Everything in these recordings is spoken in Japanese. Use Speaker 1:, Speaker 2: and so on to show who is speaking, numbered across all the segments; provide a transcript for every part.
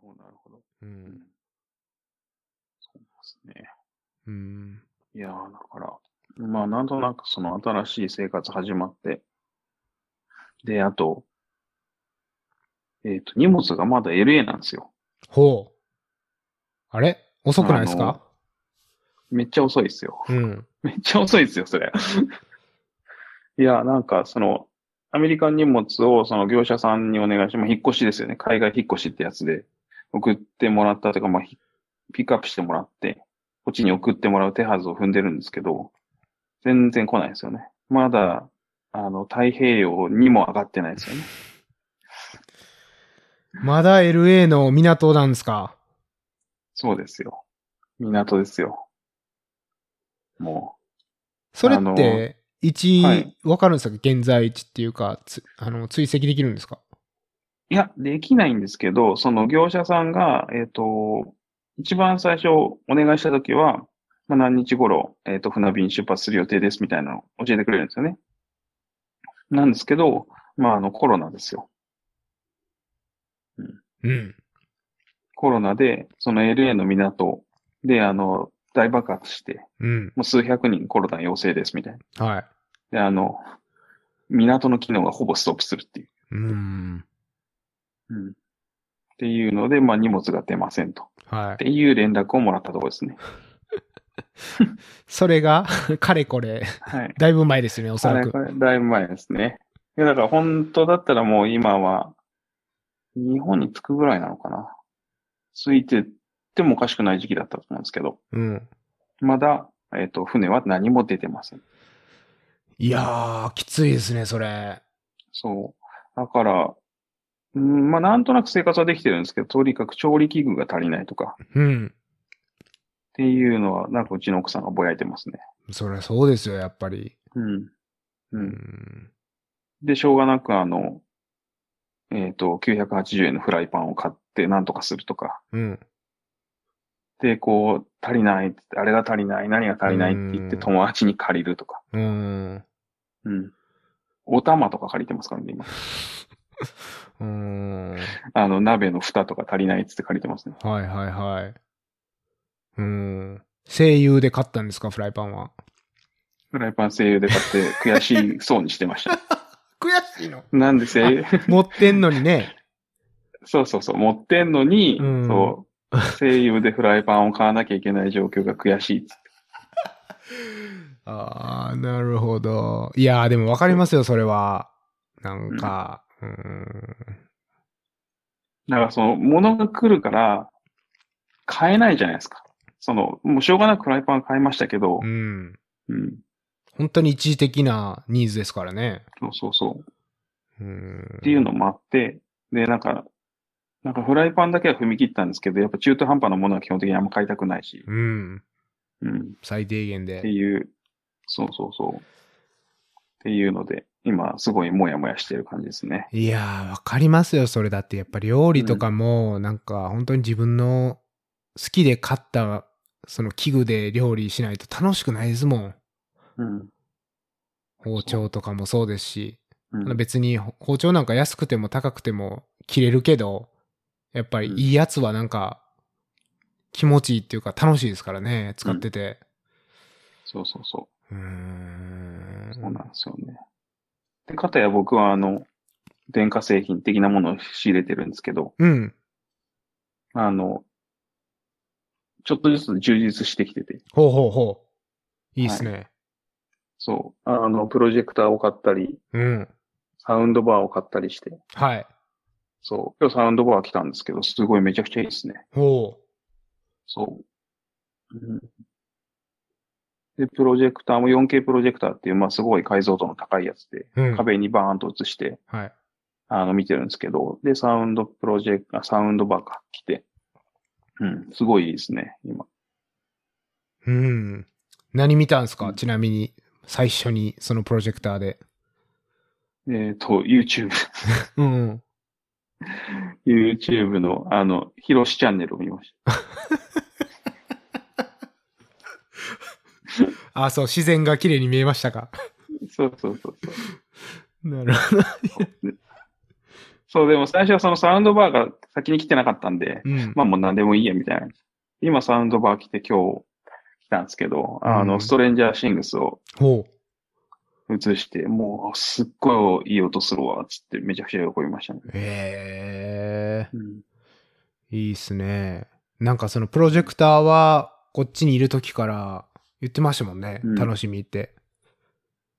Speaker 1: ほど、なるほど。
Speaker 2: うん。
Speaker 1: そうですね。
Speaker 2: うん。
Speaker 1: いやー、だから、まあ、なんとなくその新しい生活始まって、で、あと、えっ、と、荷物がまだ LA なんですよ。
Speaker 2: ほう。あれ遅くないですか
Speaker 1: めっちゃ遅いですよ。
Speaker 2: うん。
Speaker 1: めっちゃ遅いですよ、それ。いや、なんか、その、アメリカン荷物をその業者さんにお願いして、まあ、引っ越しですよね。海外引っ越しってやつで、送ってもらったというか、まあ、ひピックアップしてもらって、こっちに送ってもらう手はずを踏んでるんですけど、全然来ないですよね。まだ、あの、太平洋にも上がってないですよね。
Speaker 2: まだ LA の港なんですか
Speaker 1: そうですよ。港ですよ。も
Speaker 2: それっ
Speaker 1: あの
Speaker 2: て、位置、
Speaker 1: はい
Speaker 2: わかるんですか現在地っていうか、つあの、追跡できるんですか
Speaker 1: う。いや、できないんですけど、その業者さんが、えっ、と、一番最初お願いしたときは、まあ、何日頃、えっ、と、船便出発する予定ですみたいなのを教えてくれるんですよね。なんですけど、まあ、あの、コロナですよ。
Speaker 2: うん。
Speaker 1: コロナで、その LA の港で、あの、大爆発して、
Speaker 2: うん。
Speaker 1: もう数百人コロナ陽性ですみたいな。
Speaker 2: はい。
Speaker 1: で、あの、港の機能がほぼストップするっていう。
Speaker 2: うーん。
Speaker 1: うん。っていうので、まあ荷物が出ませんと。
Speaker 2: は
Speaker 1: っ
Speaker 2: い。
Speaker 1: ていう連絡をもらったところですね。
Speaker 2: それが、 かれこれ、
Speaker 1: はい。
Speaker 2: だいぶ前ですよね、おそ
Speaker 1: あ
Speaker 2: ら
Speaker 1: れ、
Speaker 2: く
Speaker 1: こ。れ、だいぶ前ですね。いや、だから本当だったらもう今は、日本に着くぐらいなのかな。着いてってもおかしくない時期だったと思うんですけど、
Speaker 2: うん。
Speaker 1: まだ、えっ、と、船は何も出てません。
Speaker 2: いやー、きついですね、それ。
Speaker 1: そう。だから、うん、まあなんとなく生活はできてるんですけど、とにかく調理器具が足りないとか、っ
Speaker 2: うん。
Speaker 1: ていうのは、なんかうちの奥さんがぼやいてますね。
Speaker 2: そりゃそうですよ、やっぱり。
Speaker 1: うん。う。
Speaker 2: うんん。
Speaker 1: で、しょうがなくあの、えっ、と、980円のフライパンを買ってなんとかするとか。
Speaker 2: うん。
Speaker 1: で、こう、足りないって、あれが足りない、何が足りないって言って
Speaker 2: うん
Speaker 1: 友達に借りるとか。
Speaker 2: うーん。
Speaker 1: うん。お玉とか借りてますからね、今。
Speaker 2: うーん。
Speaker 1: あの、鍋の蓋とか足りないってって借りてますね。
Speaker 2: はいはいはい。うーん。声優で買ったんですか、フライパンは。
Speaker 1: フライパン声優で買って悔しそうにしてま した。
Speaker 2: 悔しいの
Speaker 1: なんで声優、
Speaker 2: 持ってんのに ね。
Speaker 1: そうそうそう、持ってんのに、
Speaker 2: うん
Speaker 1: そう、声優でフライパンを買わなきゃいけない状況が悔しいっつって。
Speaker 2: ああ、なるほど。いやー、でもわかりますよ、それは。なんか、うーん。
Speaker 1: だからその、物が来るから、買えないじゃないですか。その、もうしょうがなくフライパン買いましたけど
Speaker 2: う、ん。
Speaker 1: うん。
Speaker 2: 本当に一時的なニーズですからね。
Speaker 1: そうそうそう。
Speaker 2: うーん。
Speaker 1: っていうのもあって、で、なんか、なんかフライパンだけは踏み切ったんですけど、やっぱ中途半端なものは基本的にあんま買いたくないし、
Speaker 2: うん。
Speaker 1: うん。
Speaker 2: 最低限で
Speaker 1: って。いう、そうそうそう。っていうので、今すごいもやもやしてる感じですね。
Speaker 2: いやー、わかりますよ、それだって。やっぱ料理とかも、なんか、本当に自分の好きで買った、その器具で料理しないと楽しくないですもん。
Speaker 1: うん。
Speaker 2: 包丁とかもそうですし。
Speaker 1: うん、
Speaker 2: 別に包丁なんか安くても高くても切れるけど、やっぱりいいやつはなんか、気持ちいいっていうか楽しいですからね、使ってて。
Speaker 1: そうそうそう
Speaker 2: ー
Speaker 1: う。そうなん
Speaker 2: ん。
Speaker 1: ですよね。で、かたや僕はあの、電化製品的なものを仕入れてるんですけど、
Speaker 2: うん。
Speaker 1: あの、ちょっとずつ充実してきてて、
Speaker 2: ほうほうほう。いいっすね。
Speaker 1: そう、あの、プロジェクターを買ったり、
Speaker 2: うん。
Speaker 1: サウンドバーを買ったりして、
Speaker 2: はい。
Speaker 1: そう。今日サウンドバー来たんですけど、すごいめちゃくちゃいいですね。
Speaker 2: ほ
Speaker 1: そう。うん、で、プロジェクターも 4K プロジェクターっていう、まあすごい解像度の高いやつで、
Speaker 2: う。うん。
Speaker 1: 壁にバーンと映して、
Speaker 2: はい。
Speaker 1: あの、見てるんですけど、で、サウンドプロジェクター、サウンドバーが来て、うん、すごいいいですね、今。
Speaker 2: うん。何見たんす
Speaker 1: う
Speaker 2: か
Speaker 1: ん
Speaker 2: ちなみに、最初にそのプロジェクターで。
Speaker 1: えっ、と、YouTube、
Speaker 2: うん。
Speaker 1: YouTube の、あの、ヒロシチャンネルを見まし
Speaker 2: あ、そう、自然が綺麗に見え ましたか。
Speaker 1: た。そうそうそうそう。
Speaker 2: なるほど。
Speaker 1: そう、でも最初はそのサウンドバーが先に来てなかったんで、
Speaker 2: うん。
Speaker 1: まあもう何でもいいや、みたいな。今サウンドバー来て今日来たんですけど、あ
Speaker 2: う
Speaker 1: の、
Speaker 2: ん
Speaker 1: ストレンジャーシングスを
Speaker 2: ほう。
Speaker 1: 映して、もうすっごいいい音するわ、つってめちゃくちゃ喜びましたね。
Speaker 2: え
Speaker 1: うん
Speaker 2: えいいっすね。なんかそのプロジェクターは、こっちにいる時から言ってましたもんね。
Speaker 1: うん
Speaker 2: 楽しみって。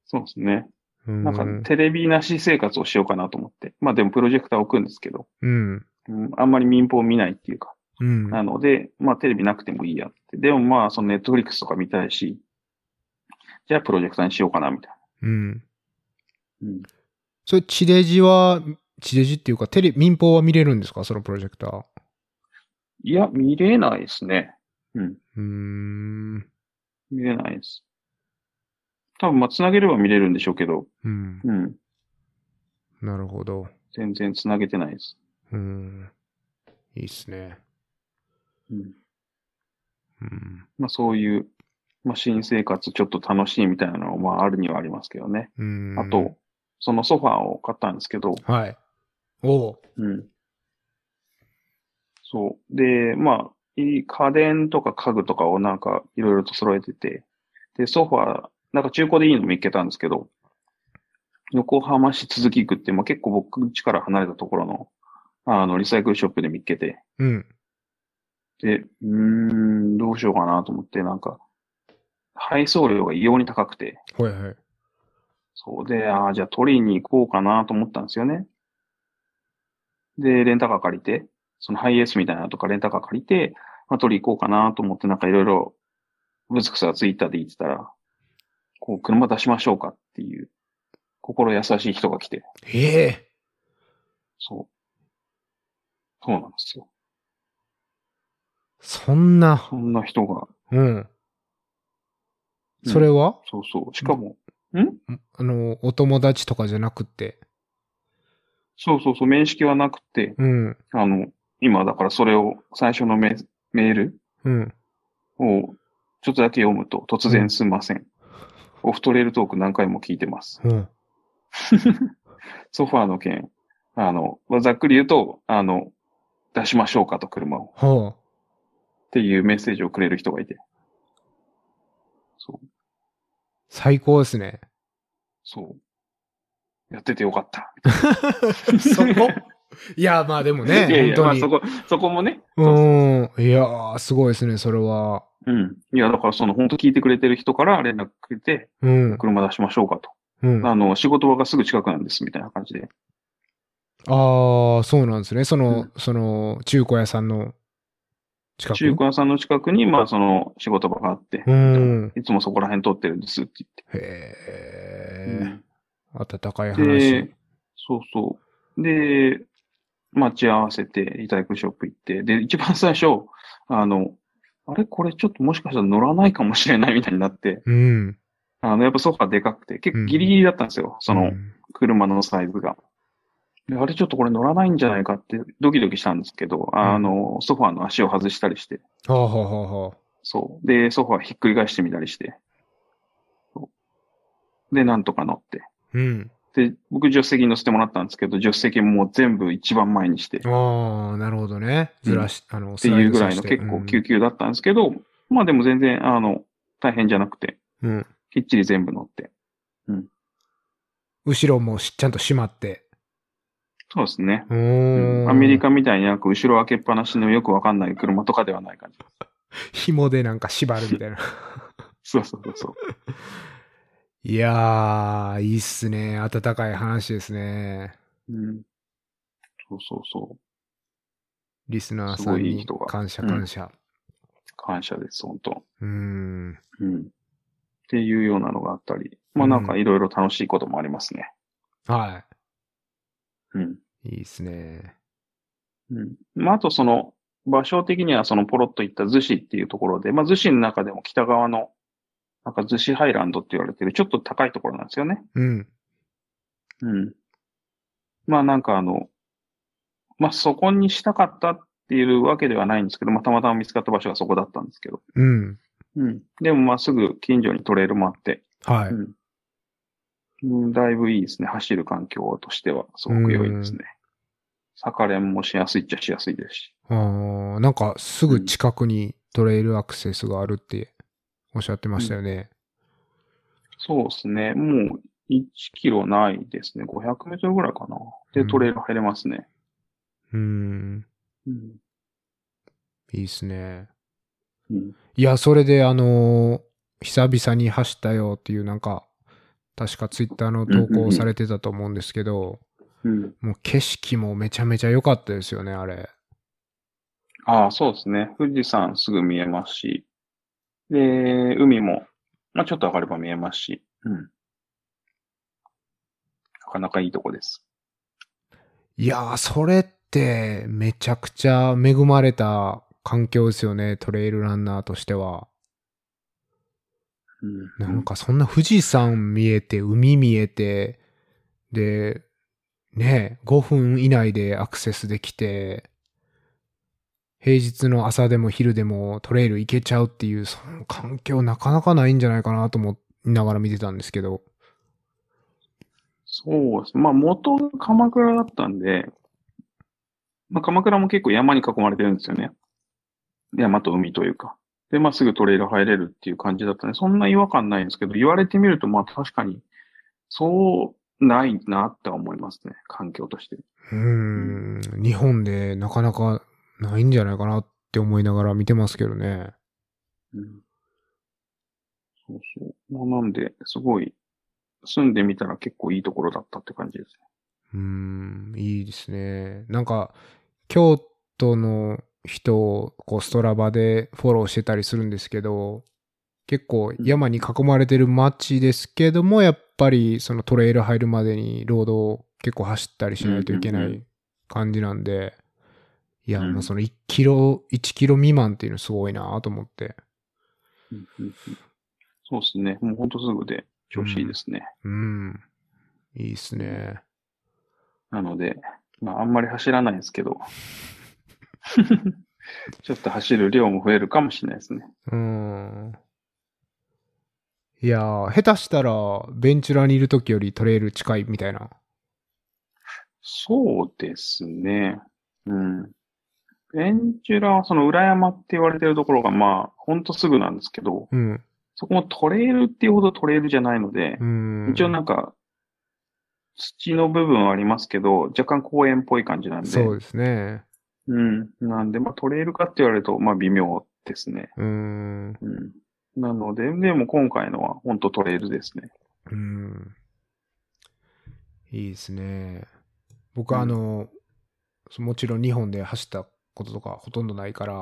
Speaker 1: そうですね。
Speaker 2: うん。
Speaker 1: なんかテレビなし生活をしようかなと思って。まあでもプロジェクター置くんですけど、
Speaker 2: うん。
Speaker 1: うん、あんまり民放見ないっていうか。
Speaker 2: うん。
Speaker 1: なので、まあテレビなくてもいいやって。でもまあそのネットフリックスとか見たいし、じゃあプロジェクターにしようかな、みたい
Speaker 2: うん。
Speaker 1: な。うん
Speaker 2: それ、地デジは、地デジっていうか、テレ、民放は見れるんですかそのプロジェクター。
Speaker 1: いや、見れないですね。うん。
Speaker 2: うーん。
Speaker 1: 見れないです。多分、まあ、繋げれば見れるんでしょうけど、
Speaker 2: うん。
Speaker 1: うん。
Speaker 2: なるほど。
Speaker 1: 全然繋げてないです。
Speaker 2: うん。いいっすね。
Speaker 1: うん。
Speaker 2: うん。
Speaker 1: まあ、そういう、まあ、新生活ちょっと楽しいみたいなのは、まあ、あるにはありますけどね。
Speaker 2: うん。
Speaker 1: あと、、そのソファーを買ったんですけど、
Speaker 2: はい。おう。
Speaker 1: うん。そう。で、まあ、いい家電とか家具とかをなんかいろいろと揃えてて、で、ソファー、なんか中古でいいのも見っけたんですけど、横浜市続き区って、まあ、結構僕家から離れたところの、あの、リサイクルショップで見っけて、
Speaker 2: うん。
Speaker 1: で、うーん、どうしようかなと思って、なんか、配送料が異様に高くて、
Speaker 2: はいはい。
Speaker 1: そうで、ああ、じゃあ取りに行こうかなと思ったんですよね。で、レンタカー借りて、そのハイエースみたいなのとかレンタカー借りて、まあ、取り行こうかなと思ってなんかいろいろ、ぶつくさツイッターで言ってたら、こう、車出しましょうかっていう、心優しい人が来て、
Speaker 2: ええ
Speaker 1: そう。そうなんですよ。
Speaker 2: そんな
Speaker 1: そ、んな人が。
Speaker 2: うん。それ
Speaker 1: を。
Speaker 2: は、
Speaker 1: そうそう。しかも、
Speaker 2: あの、お友達とかじゃなくて。
Speaker 1: そうそうそう、面識はなくて、
Speaker 2: うん。
Speaker 1: あの、今だからそれを、最初のメメール、
Speaker 2: うん。
Speaker 1: をちょっとだけ読むと、突然すんません。オフトレールトーク何回も聞いてます。
Speaker 2: うん。
Speaker 1: ソファーの件、あの、まあざっくり言うと、あの、出しましょうかと車を。
Speaker 2: ほ
Speaker 1: っていうメッセージをくれる人がいて。そう。
Speaker 2: う。最高ですね。
Speaker 1: そう。やっててよかった。
Speaker 2: そこ いや、まあでもね、
Speaker 1: いやいや、まあ
Speaker 2: 本当
Speaker 1: そ
Speaker 2: に。
Speaker 1: こ、そこもね。
Speaker 2: う
Speaker 1: そ
Speaker 2: ん。いやー、すごいですね、それは。
Speaker 1: うん。いや、だからその、本当聞いてくれてる人から連絡くれて、
Speaker 2: うん。
Speaker 1: 車出しましょうかと。
Speaker 2: うん。
Speaker 1: あ
Speaker 2: あ
Speaker 1: の、仕事場がすぐ近くなんです、みたいな感じで。
Speaker 2: あー、そうなんですね。その、
Speaker 1: うん
Speaker 2: その、中古屋さんの近く。
Speaker 1: 中古屋さんの近くに、まあ、その、仕事場があって、
Speaker 2: うん。
Speaker 1: いつもそこら辺撮ってるんですって言って
Speaker 2: へえ、。暖かい
Speaker 1: うんで
Speaker 2: 話。、
Speaker 1: そうそう。で、待ち合わせて、リサイクルショップ行って、で、一番最初、あの、あれこれちょっともしかしたら乗らないかもしれないみたいになって、
Speaker 2: うん。
Speaker 1: あの、やっぱソファでかくて、結構ギリギリだったんですよ、その、車のサイズが。であれちょっとこれ乗らないんじゃないかって、ドキドキしたんですけど、あの、ソファの足を外したりして、
Speaker 2: はあはあはあはあ。
Speaker 1: そう。で、ソファーひっくり返してみたりして。そうで、なんとか乗って。
Speaker 2: うん。
Speaker 1: で、僕助手席に乗せてもらったんですけど、助手席もう全部一番前にして、っ
Speaker 2: ああ、なるほどね。ずらし、あの、って
Speaker 1: いうぐらいの結構救急だったんですけど、まあでも全然、あの、大変じゃなくて、
Speaker 2: うん。うん
Speaker 1: きっちり全部乗って。
Speaker 2: 後ろもしちゃんと閉まって。
Speaker 1: そうですね。
Speaker 2: う
Speaker 1: う
Speaker 2: ーん。
Speaker 1: んアメリカみたいになんか後ろ開けっぱなしのよくわかんない車とかではない感じ。
Speaker 2: 紐でなんか縛るみたいな。
Speaker 1: そうそうそうそう。
Speaker 2: いやー、いいっすね。温かい話ですね。
Speaker 1: うん、そうそうそう。
Speaker 2: リスナー
Speaker 1: す
Speaker 2: さ
Speaker 1: ご
Speaker 2: ん
Speaker 1: いいい
Speaker 2: に
Speaker 1: 人が
Speaker 2: 感謝
Speaker 1: うん
Speaker 2: 感謝。
Speaker 1: 感謝です、本当
Speaker 2: うーん。
Speaker 1: うん。っていうようなのがあったり、まあなんかいろいろ楽しいこともありますね。
Speaker 2: は
Speaker 1: うん。
Speaker 2: い。いいっすね。
Speaker 1: うん。まああとその、場所的にはそのポロッと行った逗子っていうところで、まあ逗子の中でも北側の、なんか逗子ハイランドって言われてる、ちょっと高いところなんですよね。
Speaker 2: うん。
Speaker 1: うん。まあなんかあの、まあそこにしたかったっていうわけではないんですけど、まあたまたま見つかった場所がそこだったんですけど。
Speaker 2: うん。
Speaker 1: うん。でもまあすぐ近所にトレイルもあって、
Speaker 2: はい。
Speaker 1: うんうん、だいぶいいですね。走る環境としては、すごく良いですね。サカレンもしやすいっちゃしやすいですし。
Speaker 2: あーなんかすぐ近くにトレイルアクセスがあるっておっしゃってましたよね。
Speaker 1: そうですね。もう1キロないですね。500メートルぐらいかな。
Speaker 2: う
Speaker 1: で、
Speaker 2: ん
Speaker 1: トレイル入れますね。
Speaker 2: うん、
Speaker 1: うん。
Speaker 2: いいっすね。
Speaker 1: うん。
Speaker 2: いや、それであのー久々に走ったよっていうなんか、確かツイッターの投稿をされてたと思うんですけど、
Speaker 1: うん、
Speaker 2: もう景色もめちゃめちゃ良かったですよね、あれ。
Speaker 1: ああ、そうですね。富士山すぐ見えますし。で、海も、まあちょっと上がれば見えますし。うん。なかなかいいとこです。
Speaker 2: いやー、それってめちゃくちゃ恵まれた環境ですよね、トレイルランナーとしては。
Speaker 1: うん。
Speaker 2: なんかそんな富士山見えて、海見えて、で、ねえ、5分以内でアクセスできて、平日の朝でも昼でもトレイル行けちゃうっていう、その環境なかなかないんじゃないかなと思いながら見てたんですけど。
Speaker 1: そうです。まあ、元が鎌倉だったんで、まあ、鎌倉も結構山に囲まれてるんですよね。山と海というか。で、まあ、すぐトレイル入れるっていう感じだったんで、そんな違和感ないんですけど、言われてみると、まあ、確かに、そう、ないなって思いますね。環境として。
Speaker 2: うーん、日本でなかなかないんじゃないかなって思いながら見てますけどね。
Speaker 1: うん。そうそう。まあ、なんで、すごい、住んでみたら結構いいところだったって感じです
Speaker 2: うーん、いいですね。なんか、京都の人をこうストラバでフォローしてたりするんですけど、結構山に囲まれてる街ですけども、やっぱりそのトレイル入るまでにロードを結構走ったりしないといけな
Speaker 1: うんうん
Speaker 2: い感じなんで、いや、
Speaker 1: うん
Speaker 2: もうその1キロ、1キロ未満っていうのすごいなと思って。
Speaker 1: ね。うんうんうんそうですね。もうほんとすぐで、調子いいですね。
Speaker 2: うん、いいですね。
Speaker 1: なので、まあ、あんまり走らないんですけ ど、ちょっと走る量も増えるかもしれないですね。
Speaker 2: うん。いやー、下手したら、ベンチュラにいる時よりトレイル近いみたいな。
Speaker 1: そうですね。うん。ベンチュラはその裏山って言われてるところが、まあ、ほんとすぐなんですけど、
Speaker 2: うん。
Speaker 1: そこもトレイルっていうほどトレイルじゃないので
Speaker 2: う、ん。
Speaker 1: 一応なんか、土の部分はありますけど、若干公園っぽい感じなんで、
Speaker 2: そうですね。
Speaker 1: うん。なんで、まあトレイルかって言われると、まあ微妙ですね。
Speaker 2: うん。
Speaker 1: うん。なので、でも今回のは本当トレイルですね。
Speaker 2: うん。いいですね。僕、
Speaker 1: うん
Speaker 2: あの、そもちろん日本で走ったこととかほとんどないから、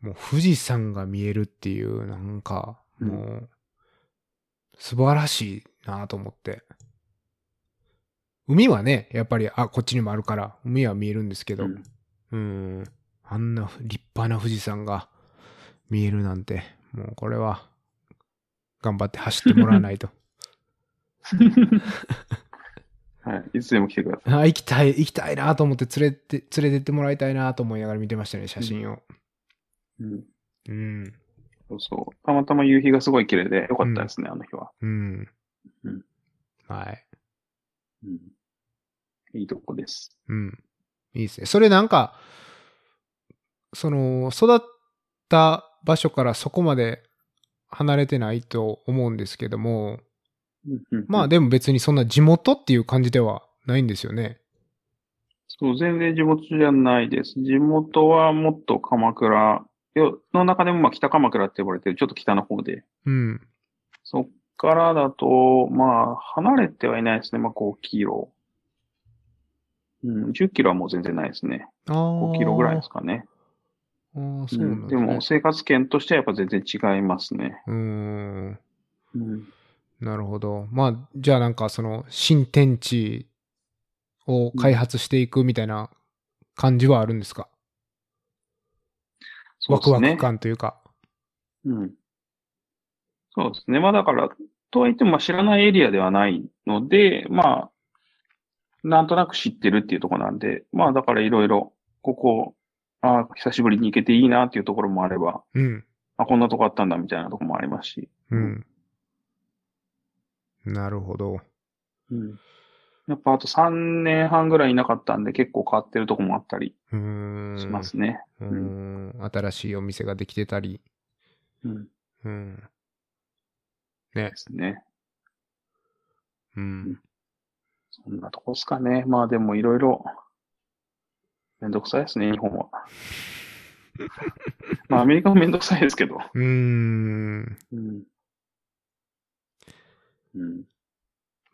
Speaker 2: もう富士山が見えるっていう、なんか、もう、素晴らしいなと思って。海はね、やっぱり、あ、こっちにもあるから、海は見えるんですけど、
Speaker 1: うん
Speaker 2: うん、あんな立派な富士山が見えるなんて、もうこれは、頑張って走ってもらわないと。
Speaker 1: はい。いつでも来てください。
Speaker 2: あ行きたい、行きたいなと思って連れて、連れてってもらいたいなと思いながら見てましたね、写真を。
Speaker 1: うん。
Speaker 2: うん。
Speaker 1: そうそう。たまたま夕日がすごい綺麗で、よかったですね、あの日は。
Speaker 2: うん。
Speaker 1: うん
Speaker 2: はい。
Speaker 1: うん。いいとこです。
Speaker 2: うん。いいですね。それなんか、その、育った場所からそこまで離れてないと思うんですけども、
Speaker 1: うんうんうん
Speaker 2: まあ、でも別にそんな地元っていう感じではないんですよね。
Speaker 1: そう、全然地元じゃないです。地元はもっと鎌倉、よの中でもまあ北鎌倉って呼ばれてる、ちょっと北の方で。
Speaker 2: うん。
Speaker 1: そっからだと、まあ、離れてはいないですね。まあ、5キロ。うん、10キロはもう全然ないですね。
Speaker 2: ああ。
Speaker 1: 5キロぐらいですかね。
Speaker 2: あーそうなん
Speaker 1: で
Speaker 2: ですね。
Speaker 1: も、生活圏としてはやっぱ全然違いますね。
Speaker 2: うーん。
Speaker 1: うん。
Speaker 2: なるほど。まあ、じゃあなんかその新天地を開発していくみたいな感じはあるんですか、
Speaker 1: そう
Speaker 2: ワ
Speaker 1: です
Speaker 2: ク
Speaker 1: ね
Speaker 2: ワク感というか。
Speaker 1: うん。そうですね。まあだから、とはいってもまあ知らないエリアではないので、まあ、なんとなく知ってるっていうところなんで、まあだからいろいろ、ここ、ああ、久しぶりに行けていいなっていうところもあれば、
Speaker 2: うん。
Speaker 1: あ、こんなとこあったんだみたいなところもありますし。
Speaker 2: うん。なるほど。
Speaker 1: うん。やっぱあと3年半ぐらいいなかったんで結構変わってるとこもあったり
Speaker 2: うーん。
Speaker 1: しますね。
Speaker 2: うーん。新しいお店ができてたり。
Speaker 1: うん。
Speaker 2: うん。
Speaker 1: ですね。
Speaker 2: うん。
Speaker 1: そんなとこっすかね。まあでもいろいろめんどくさいですね、日本は。まあアメリカもめんどくさいですけど。
Speaker 2: うーん。
Speaker 1: うん。うん、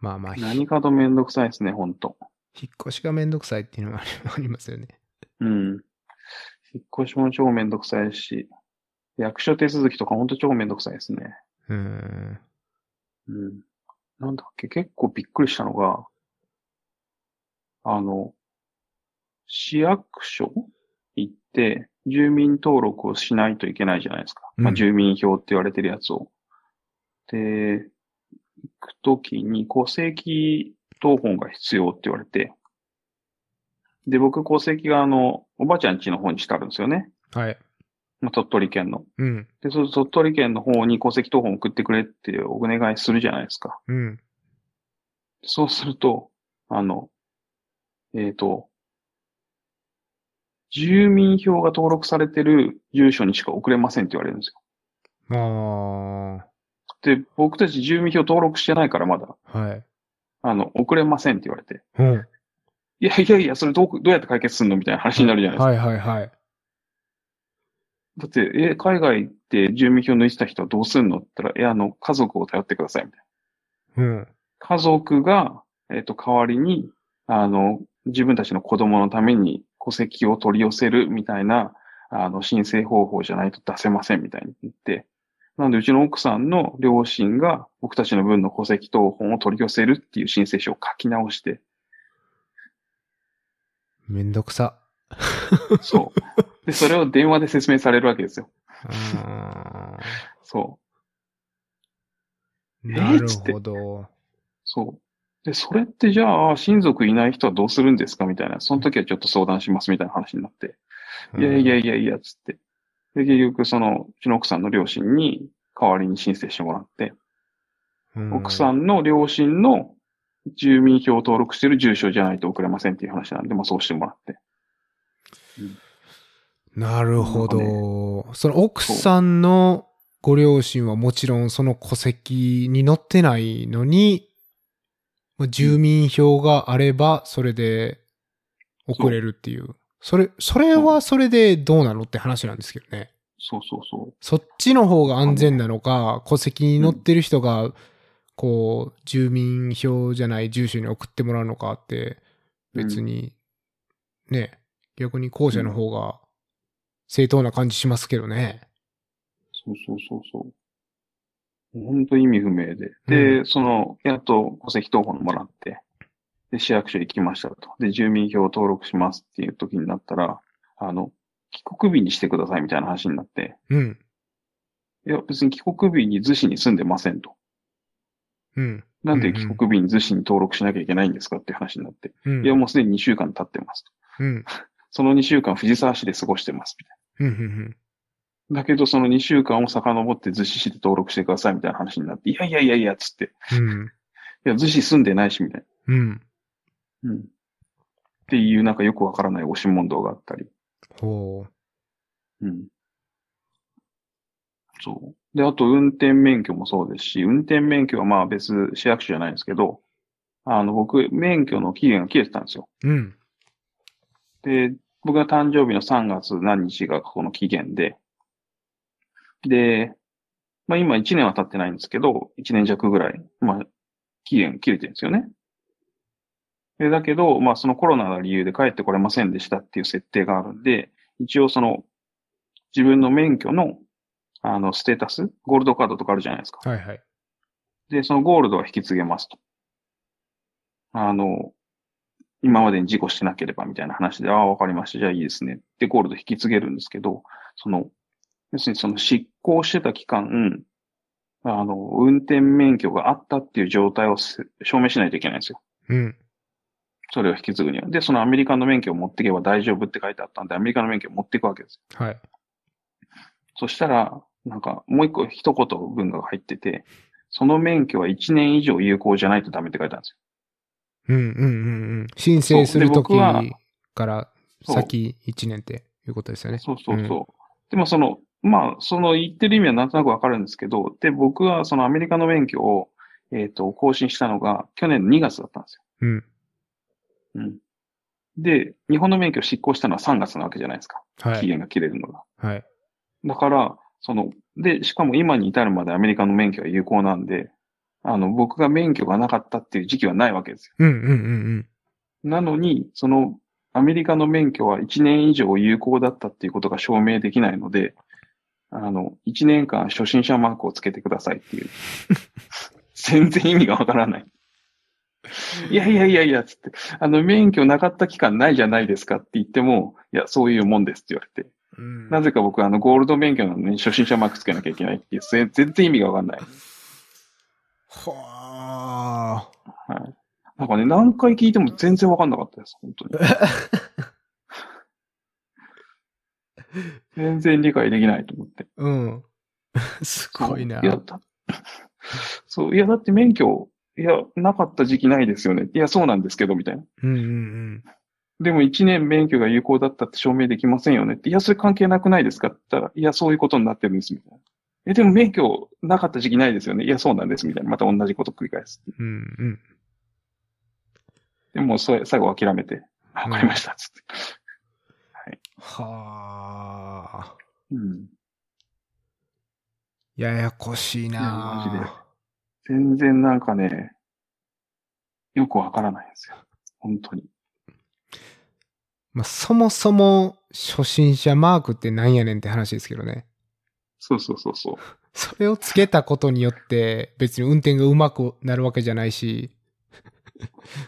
Speaker 2: まあまあ、ひ
Speaker 1: 何かとめんどくさいですね、ほんと。
Speaker 2: 引っ越しがめんどくさいっていうのはありますよね。
Speaker 1: うん。引っ越しも超めんどくさいし、役所手続きとかほんと超めんどくさいですね。
Speaker 2: うーん。
Speaker 1: うん。なんだっけ、結構びっくりしたのが、あの、市役所行って、住民登録をしないといけないじゃないですか。ま
Speaker 2: う
Speaker 1: あ、
Speaker 2: ん
Speaker 1: 住民票って言われてるやつを。で、行くときに戸籍謄本が必要って言われて、で、僕、戸籍があの、おばあちゃん家の方にしてあるんですよね。
Speaker 2: はい。
Speaker 1: まあ、鳥取県の。
Speaker 2: うん。
Speaker 1: で、そ鳥取県の方に戸籍謄本送ってくれってお願いするじゃないですか。
Speaker 2: うん。
Speaker 1: そうすると、あの、えっ、と、住民票が登録されてる住所にしか送れませんって言われるんです
Speaker 2: あ
Speaker 1: よ。で、僕たち住民票登録してないからまだ、
Speaker 2: あ。はい。
Speaker 1: あの、送れませんって言われて。
Speaker 2: うん。
Speaker 1: いやいやいや、それどう、どうやって解決するのみたいな話になるじゃないですか。
Speaker 2: はいはいはい。
Speaker 1: だって、え、海外って住民票抜いてた人はどうするのって言ったら、え、あの、家族を頼ってください、みたいな。
Speaker 2: うん。
Speaker 1: 家族が、えっ、と、代わりに、あの、自分たちの子供のために戸籍を取り寄せるみたいな、あの、申請方法じゃないと出せませんみたいに言って、なんでうちの奥さんの両親が僕たちの分の戸籍謄本を取り寄せるっていう申請書を書き直して、
Speaker 2: めんどく さ。
Speaker 1: そう。で、それを電話で説明されるわけですよ。
Speaker 2: あー
Speaker 1: そう。
Speaker 2: なるほど。
Speaker 1: そう。で、それってじゃあ、親族いない人はどうするんですかみたいな。その時はちょっと相談しますみたいな話になって。いやいや
Speaker 2: うん。
Speaker 1: いやいや、つって。で、結局、その、うちの奥さんの両親に代わりに申請してもらって、奥さ
Speaker 2: ん。
Speaker 1: んの両親の住民票を登録してる住所じゃないと送れませんっていう話なんで、まあそうしてもらって。
Speaker 2: なるほ
Speaker 1: なん
Speaker 2: ど。その奥さんのご両親はもちろんその戸籍に載ってないのに、まあ住民票があればそれで送れるっていう。それ、それはそれでどうなのって話なんですけどね。
Speaker 1: そうそうそ
Speaker 2: そっちの方が安全なのか、戸籍に載ってる人が、こう、住民票じゃない住所に送ってもらうのかって、別に、ね、逆に後者の方が正当な感じしますけどね。
Speaker 1: う。そうそうそうそう。本当意味不明で。で、
Speaker 2: う
Speaker 1: その、やっと戸籍謄本もらって、で、市役所行きましたと。で、住民票を登録しますっていう時になったら、あの、帰国日にしてくださいみたいな話になって、
Speaker 2: うん、
Speaker 1: いや、別に帰国日に逗子に住んでませんと。
Speaker 2: うん、
Speaker 1: なんで
Speaker 2: うんう
Speaker 1: 帰
Speaker 2: ん
Speaker 1: 国日に逗子に登録しなきゃいけないんですかっていう話になって。
Speaker 2: うん。
Speaker 1: いや、もうすでに2週間経ってますと。
Speaker 2: うん、
Speaker 1: その2週間藤沢市で過ごしてますみたい
Speaker 2: うん、うん、
Speaker 1: な。だけど、その2週間を遡って逗子市で登録してくださいみたいな話になって、いやいやいやいや、つって。
Speaker 2: うん、
Speaker 1: いや、逗子住んでないし、みたい
Speaker 2: うん。
Speaker 1: な。うん。っていう、なんかよくわからない押し問答があったり。
Speaker 2: ほ
Speaker 1: うん。そう。で、あと運転免許もそうですし、運転免許はまあ別市役所じゃないんですけど、あの、僕、免許の期限が切れてたんですよ。
Speaker 2: う。うん、
Speaker 1: で、僕が誕生日の3月何日がこの期限で、で、まあ今1年は経ってないんですけど、1年弱ぐらい、まあ、期限切れてるんですよね。で、だけど、まあそのコロナの理由で帰ってこれませんでしたっていう設定があるんで、一応その、自分の免許の、あの、ステータス、ゴールドカードとかあるじゃないですか。
Speaker 2: はいはい。
Speaker 1: で、そのゴールドは引き継げますと。あの、今までに事故してなければみたいな話で、ああ、わかりました。じゃあいいですね。で、ゴールド引き継げるんですけど、その、要するにその執行してた期間、あの、運転免許があったっていう状態をせ証明しないといけないんですよ。
Speaker 2: うん、
Speaker 1: それを引き継ぐには。で、そのアメリカの免許を持っていけば大丈夫って書いてあったんで、アメリカの免許を持っていくわけです。
Speaker 2: はい。
Speaker 1: そしたら、なんか、もう一個一言文が入ってて、その免許は1年以上有効じゃないとダメって書いてあるんですよ。
Speaker 2: うんうんうんうん。申請するとき
Speaker 1: そうで僕は
Speaker 2: から先1年っていうことですよね。
Speaker 1: そうそうそう。でもその、まあ、その言ってる意味はなんとなくわかるんですけど、で、僕はそのアメリカの免許を、えっ、と、更新したのが去年2月だったんです
Speaker 2: うん。
Speaker 1: よ。うん。で、日本の免許を執行したのは3月なわけじゃないですか。
Speaker 2: は
Speaker 1: 期
Speaker 2: い。
Speaker 1: 限が切れるのが。
Speaker 2: はい。
Speaker 1: だから、その、で、しかも今に至るまでアメリカの免許は有効なんで、あの、僕が免許がなかったっていう時期はないわけですよ。
Speaker 2: うんうんうん
Speaker 1: なのに、その、アメリカの免許は1年以上有効だったっていうことが証明できないので、あの、1年間初心者マークをつけてくださいっ ていう。全然意味がわからない。いやいやいやいや、つって、あの、免許なかった期間ないじゃないですかって言っても、いや、そういうもんですって言われて。
Speaker 2: うん。
Speaker 1: なぜか僕、あの、ゴールド免許なのに初心者マークつけなきゃいけないっていう、ぜ全然意味がわかんない。
Speaker 2: はあ。
Speaker 1: なんかね、何回聞いても全然わかんなかったです、本 当に。全然理解できないと思って。
Speaker 2: うん。 すごいな。
Speaker 1: や、だそう、いや、だって免許、いや、なかった時期ないですよね。いや、そうなんですけど、みたいな。
Speaker 2: うんうん
Speaker 1: でも1年免許が有効だったって証明できませんよねって。いや、それ関係なくないですかって言ったら、いや、そういうことになってるんです、みたいな。え、でも免許なかった時期ないですよね。いや、そうなんです、みたいな。また同じこと繰り返す。
Speaker 2: うん。うんうん。
Speaker 1: でも、それ、最後諦めて、あわかりました、つって。
Speaker 2: はあ。
Speaker 1: うん。
Speaker 2: ややこしいない
Speaker 1: やマ全然なんかね、よくわからないんですよ。本当に。
Speaker 2: まあ、そもそも初心者マークってなんやねんって話ですけどね。
Speaker 1: そうそうそうそう。
Speaker 2: それをつけたことによって別に運転が上手くなるわけじゃないし、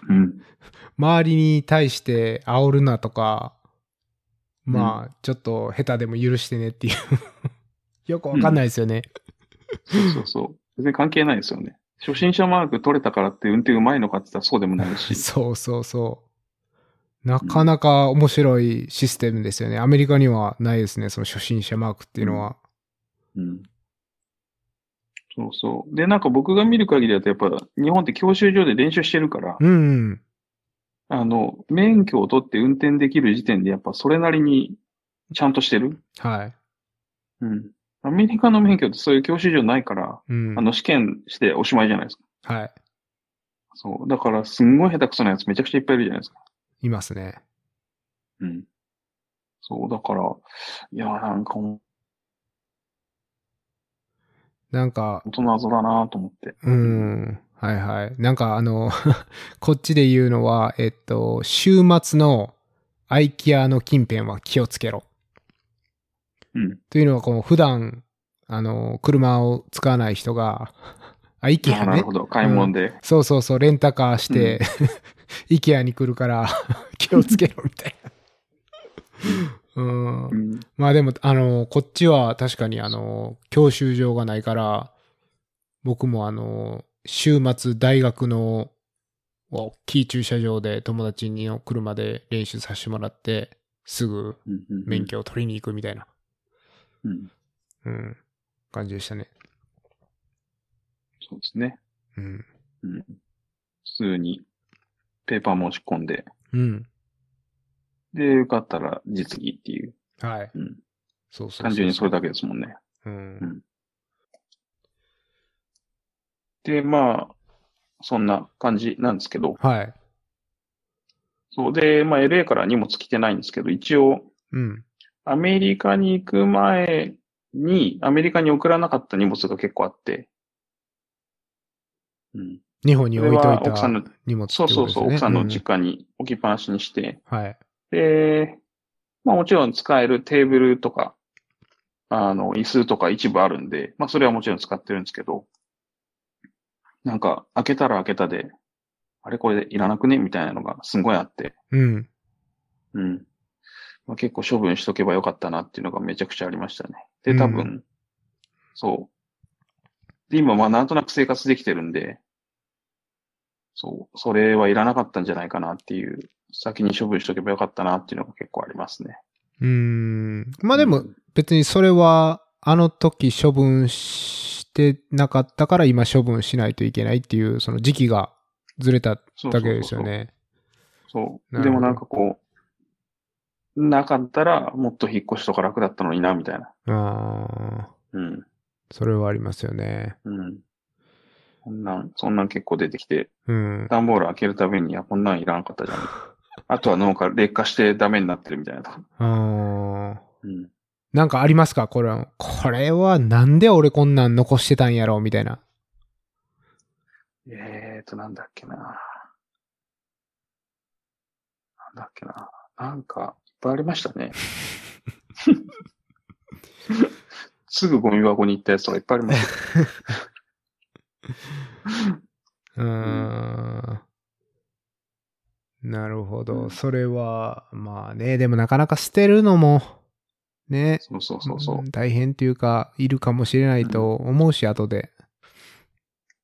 Speaker 1: うん。
Speaker 2: 周りに対して煽るなとか、まあ、ちょっと下手でも許してねっていう。 よくわかんないですよね。
Speaker 1: そうそうそう。全然関係ないですよね。初心者マーク取れたからって運転うまいのかって言ったら そうでもないし。
Speaker 2: そうそうそう。なかなか面白いシステムですよね。アメリカにはないですね、その初心者マークっていうのは。
Speaker 1: うん。そうそう。で、なんか僕が見る限りだとやっぱ日本って教習所で練習してるから、
Speaker 2: うん、うん。
Speaker 1: あの、免許を取って運転できる時点でやっぱそれなりにちゃんとしてる。
Speaker 2: はい。
Speaker 1: うん。アメリカの免許ってそういう教習所ないから、
Speaker 2: うん
Speaker 1: あ。の試験しておしまいじゃないですか。
Speaker 2: はい。
Speaker 1: そう。だから、すんごい下手くそなやつめちゃくちゃいっぱいいるじゃないですか。
Speaker 2: いますね。
Speaker 1: うん。そう、だから、いや、なんか、本
Speaker 2: なんか、
Speaker 1: 当謎だなと思って。
Speaker 2: うん。はいはい。なんかあの、 こっちで言うのは、えっと、週末のアイキアの近辺は気をつけろ。
Speaker 1: うん。
Speaker 2: というのは、こう、普段、あの、車を使わない人が、あ、イケ
Speaker 1: あ
Speaker 2: ア
Speaker 1: なる
Speaker 2: ね
Speaker 1: ほ。ど。買い物で。
Speaker 2: そうそうそう、レンタカーして、 イケアに来るから、 気をつけろ、みたいな。うん
Speaker 1: う。ん。
Speaker 2: まあでも、あの、こっちは確かに、あの、教習場がないから、僕もあの、週末大学の大きい駐車場で友達の車で練習させてもらって、すぐ
Speaker 1: うんうん
Speaker 2: 免。許を取りに行くみたいな、
Speaker 1: うん。
Speaker 2: うん、感じでしたね。
Speaker 1: そうですね。
Speaker 2: うん。
Speaker 1: うん。普通に、ペーパー持ち込んで、
Speaker 2: うん。
Speaker 1: で、受かったら実技っていう。
Speaker 2: はい。
Speaker 1: うん。
Speaker 2: そうそうそう
Speaker 1: 単純にそれだけですもんね。
Speaker 2: うん。
Speaker 1: で、まあ、そんな感じなんですけど。
Speaker 2: はい。
Speaker 1: そう。で、まあ、LA から荷物来てないんですけど、一応、
Speaker 2: うん。
Speaker 1: アメリカに行く前に、アメリカに送らなかった荷物が結構あって。うん。
Speaker 2: 日本に置いとい
Speaker 1: これは奥さん
Speaker 2: た
Speaker 1: の
Speaker 2: 荷物って
Speaker 1: そうそうそう、
Speaker 2: ことで
Speaker 1: 奥
Speaker 2: すね
Speaker 1: さんの実家に置きっぱなしにして。
Speaker 2: うんはい。
Speaker 1: で、まあもちろん使えるテーブルとか、あの、椅子とか一部あるんで、まあそれはもちろん使ってるんですけど、なんか開けたら開けたで、あれこれいらなくねみたいなのがすごいあって、
Speaker 2: うん。
Speaker 1: うん。まあ、結構処分しとけばよかったなっていうのがめちゃくちゃありましたね。で、多分、
Speaker 2: う
Speaker 1: そう。で、今、まあ、なんとなく生活できてるんで、そう、それはいらなかったんじゃないかなっていう、先に処分しとけばよかったなっていうのが結構ありますね。
Speaker 2: うーん。まあで
Speaker 1: う
Speaker 2: も
Speaker 1: ん、
Speaker 2: 別にそれは、あの時処分してなかったから今処分しないといけないっていう、その時期がずれた
Speaker 1: そうそ
Speaker 2: だ
Speaker 1: うそう
Speaker 2: けですよね。
Speaker 1: そう。
Speaker 2: なるほど
Speaker 1: でもなんかこう、なかったらもっと引っ越しとか楽だったのにな、みたいな。
Speaker 2: ああ、
Speaker 1: うん。
Speaker 2: それはありますよね。
Speaker 1: うん。こんなん、そんなん結構出てきて、
Speaker 2: うん。
Speaker 1: 段ボール開けるたびに、いや、こんなんいらんかったじゃん。あとは脳が劣化してダメになってるみたいなとか。
Speaker 2: ああ。
Speaker 1: うん。
Speaker 2: なんかありますかこれは、これはなんで俺こんなん残してたんやろみたいな。
Speaker 1: えーと、なんだっけな。なんだっけな。なんか、いっぱいありました ね。すぐゴミ箱に行ったやつとかいっぱいありました。
Speaker 2: うーん。なるほど。
Speaker 1: うん
Speaker 2: それは、まあね、でもなかなか捨てるのも、ね、
Speaker 1: そうそうそうそう。
Speaker 2: ん大変というか、いるかもしれないと思うし、後で。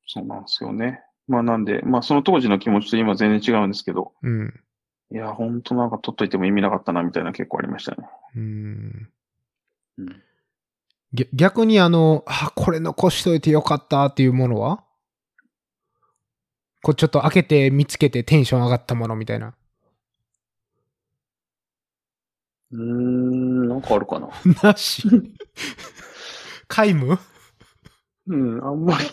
Speaker 1: そうなんですよね。まあなんで、まあその当時の気持ちと今全然違うんですけど、
Speaker 2: うん。
Speaker 1: いや、ほんとなんか取っといても意味なかったな、みたいな結構ありましたね。
Speaker 2: うん
Speaker 1: うん
Speaker 2: ぎ逆にあの、あ、これ残しといてよかったっていうものはこうちょっと開けて見つけてテンション上がったものみたいな。
Speaker 1: うーん、なんかあるかな。
Speaker 2: なし皆無
Speaker 1: うん、あんまり、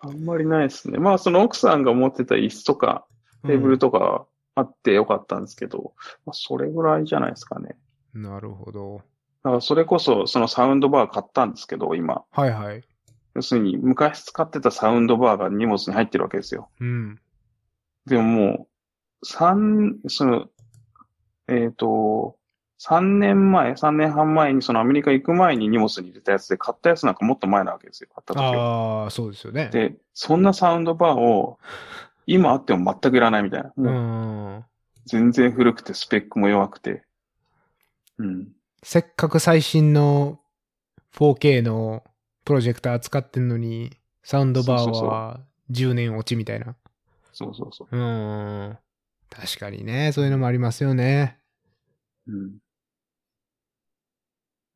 Speaker 1: あんまりないですね。まあその奥さんが持ってた椅子とか、テーブルとかあってよかったんですけど、まあそれぐらいじゃないですかね。
Speaker 2: うんなるほど。
Speaker 1: だからそれこそそのサウンドバー買ったんですけど、今。
Speaker 2: はいはい。
Speaker 1: 要するに昔使ってたサウンドバーが荷物に入ってるわけですよ。
Speaker 2: うん。
Speaker 1: でももう、三、その、えっ、と、三年前、三年半前に、そのアメリカ行く前に荷物に入れたやつで、買ったやつなんかもっと前なわけですよ、買った時は。
Speaker 2: ああ、そうですよね。
Speaker 1: で、そんなサウンドバーを、今あっても全くいらないみたいな。
Speaker 2: う。
Speaker 1: もうん全然古くて、スペックも弱くて。うん。
Speaker 2: せっかく最新の 4K のプロジェクター使ってんのに、サウンドバ
Speaker 1: そうそ
Speaker 2: ー
Speaker 1: うそう
Speaker 2: は10年落ちみたいな。
Speaker 1: そうそうそう
Speaker 2: ーん。確かにね、そういうのもありますよね。
Speaker 1: う。うん。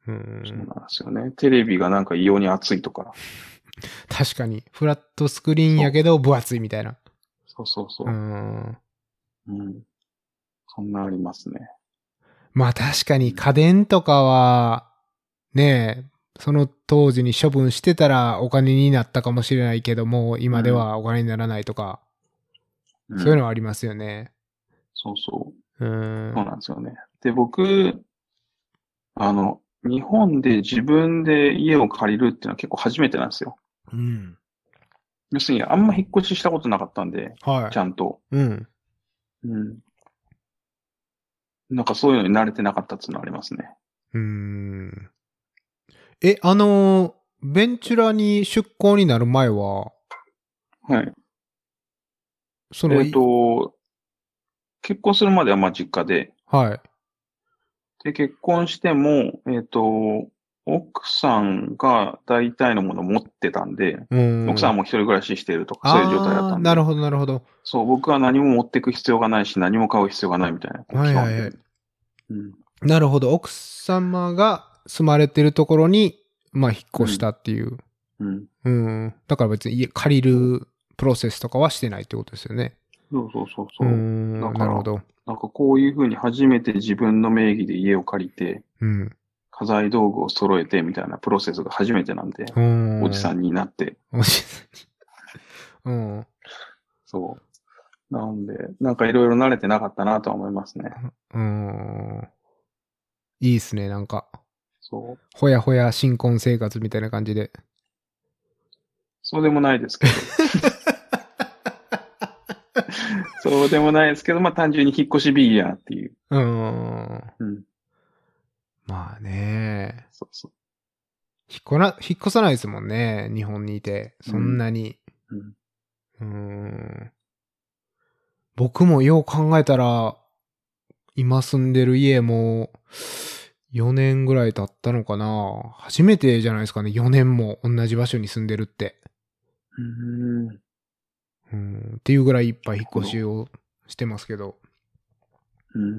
Speaker 2: う
Speaker 1: そうなん
Speaker 2: ん。
Speaker 1: ですよね。テレビがなんか異様に熱いとか。
Speaker 2: 確かに。フラットスクリーンやけど分厚いみたいな。
Speaker 1: そうそうそうう。
Speaker 2: ん。
Speaker 1: うん。そんなありますね。
Speaker 2: まあ確かに家電とかは、ねえ、その当時に処分してたらお金になったかもしれないけども、今ではお金にならないとか、
Speaker 1: うん
Speaker 2: そういうのはありますよね。
Speaker 1: そうそう。
Speaker 2: うーん。
Speaker 1: そうなんですよね。で、僕、あの、日本で自分で家を借りるっていうのは結構初めてなんですよ。
Speaker 2: うん。
Speaker 1: 要するに、あんま引っ越ししたことなかったんで、
Speaker 2: は
Speaker 1: ちゃんと。
Speaker 2: い。うん。
Speaker 1: うん。なんかそういうのに慣れてなかったっていうのはありますね。
Speaker 2: うーん。え、あのー、ベンチュラに出向になる前は、
Speaker 1: はい。
Speaker 2: その、
Speaker 1: えっ、と、結婚するまではまあ実家で、
Speaker 2: はい。
Speaker 1: で、結婚しても、えっ、と、奥さんが大体のものを持ってたんで、
Speaker 2: うーん。
Speaker 1: 奥さんも
Speaker 2: も
Speaker 1: 一人暮らししているとか、そういう状態だったんで。
Speaker 2: なるほど、なるほど。
Speaker 1: そう、僕は何も持っていく必要がないし、何も買う必要がないみたいな。
Speaker 2: はいはいはい
Speaker 1: 基本的にうん。
Speaker 2: なるほど。奥様が住まれてるところに、まあ、引っ越したっていう。
Speaker 1: うん。
Speaker 2: うん。だから別に家借りるプロセスとかはしてないってことですよね。
Speaker 1: そうそうそうそう、
Speaker 2: ん。
Speaker 1: だ
Speaker 2: な
Speaker 1: から
Speaker 2: るほど。
Speaker 1: なんかこういうふうに初めて自分の名義で家を借りて、
Speaker 2: うん。
Speaker 1: 家財道具を揃えてみたいなプロセスが初めてなんで、
Speaker 2: うん。
Speaker 1: おじさんになって。
Speaker 2: ん。おじさん。うん。
Speaker 1: そう。なんで、なんかいろいろ慣れてなかったなとは思いますね。
Speaker 2: うん。いいっすね、なんか。
Speaker 1: そう。
Speaker 2: ほやほや新婚生活みたいな感じで。
Speaker 1: そうでもないですけ ど。そうでもないですけど、まあ単純に引っ越しビギナーっていう。
Speaker 2: うん。
Speaker 1: うん。
Speaker 2: まあね。
Speaker 1: そうそう。
Speaker 2: 引っこな、引っ越さないですもんね。日本にいて。そんなに。
Speaker 1: うん
Speaker 2: うーん。僕もよう考えたら、今住んでる家も、4年ぐらい経ったのかな。初めてじゃないですかね。4年も同じ場所に住んでるって。
Speaker 1: うん。
Speaker 2: うん。っていうぐらいいっぱい引っ越しをしてますけど。
Speaker 1: うん。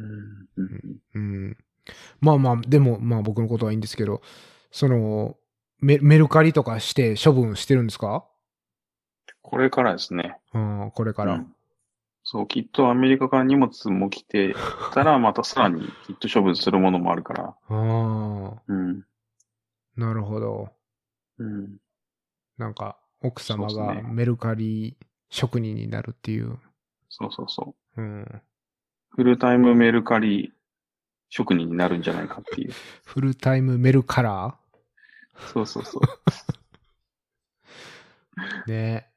Speaker 1: うん
Speaker 2: うん。まあまあ、でも、まあ僕のことはいいんですけど、その、メメルカリとかして処分してるんですか
Speaker 1: これからですね。
Speaker 2: うん、これから。
Speaker 1: うんそう、きっとアメリカから荷物も来てたら、またさらにきっと処分するものもあるから。
Speaker 2: ああ、
Speaker 1: うん。
Speaker 2: なるほど。
Speaker 1: うん。
Speaker 2: なんか、奥様
Speaker 1: そう
Speaker 2: が
Speaker 1: ですね
Speaker 2: メルカリ職人になるっていう。
Speaker 1: そうそうそう。
Speaker 2: うん。
Speaker 1: フルタイムメルカリ職人になるんじゃないかっていう。
Speaker 2: フルタイムメルカラ
Speaker 1: そうそうそう。
Speaker 2: ーね。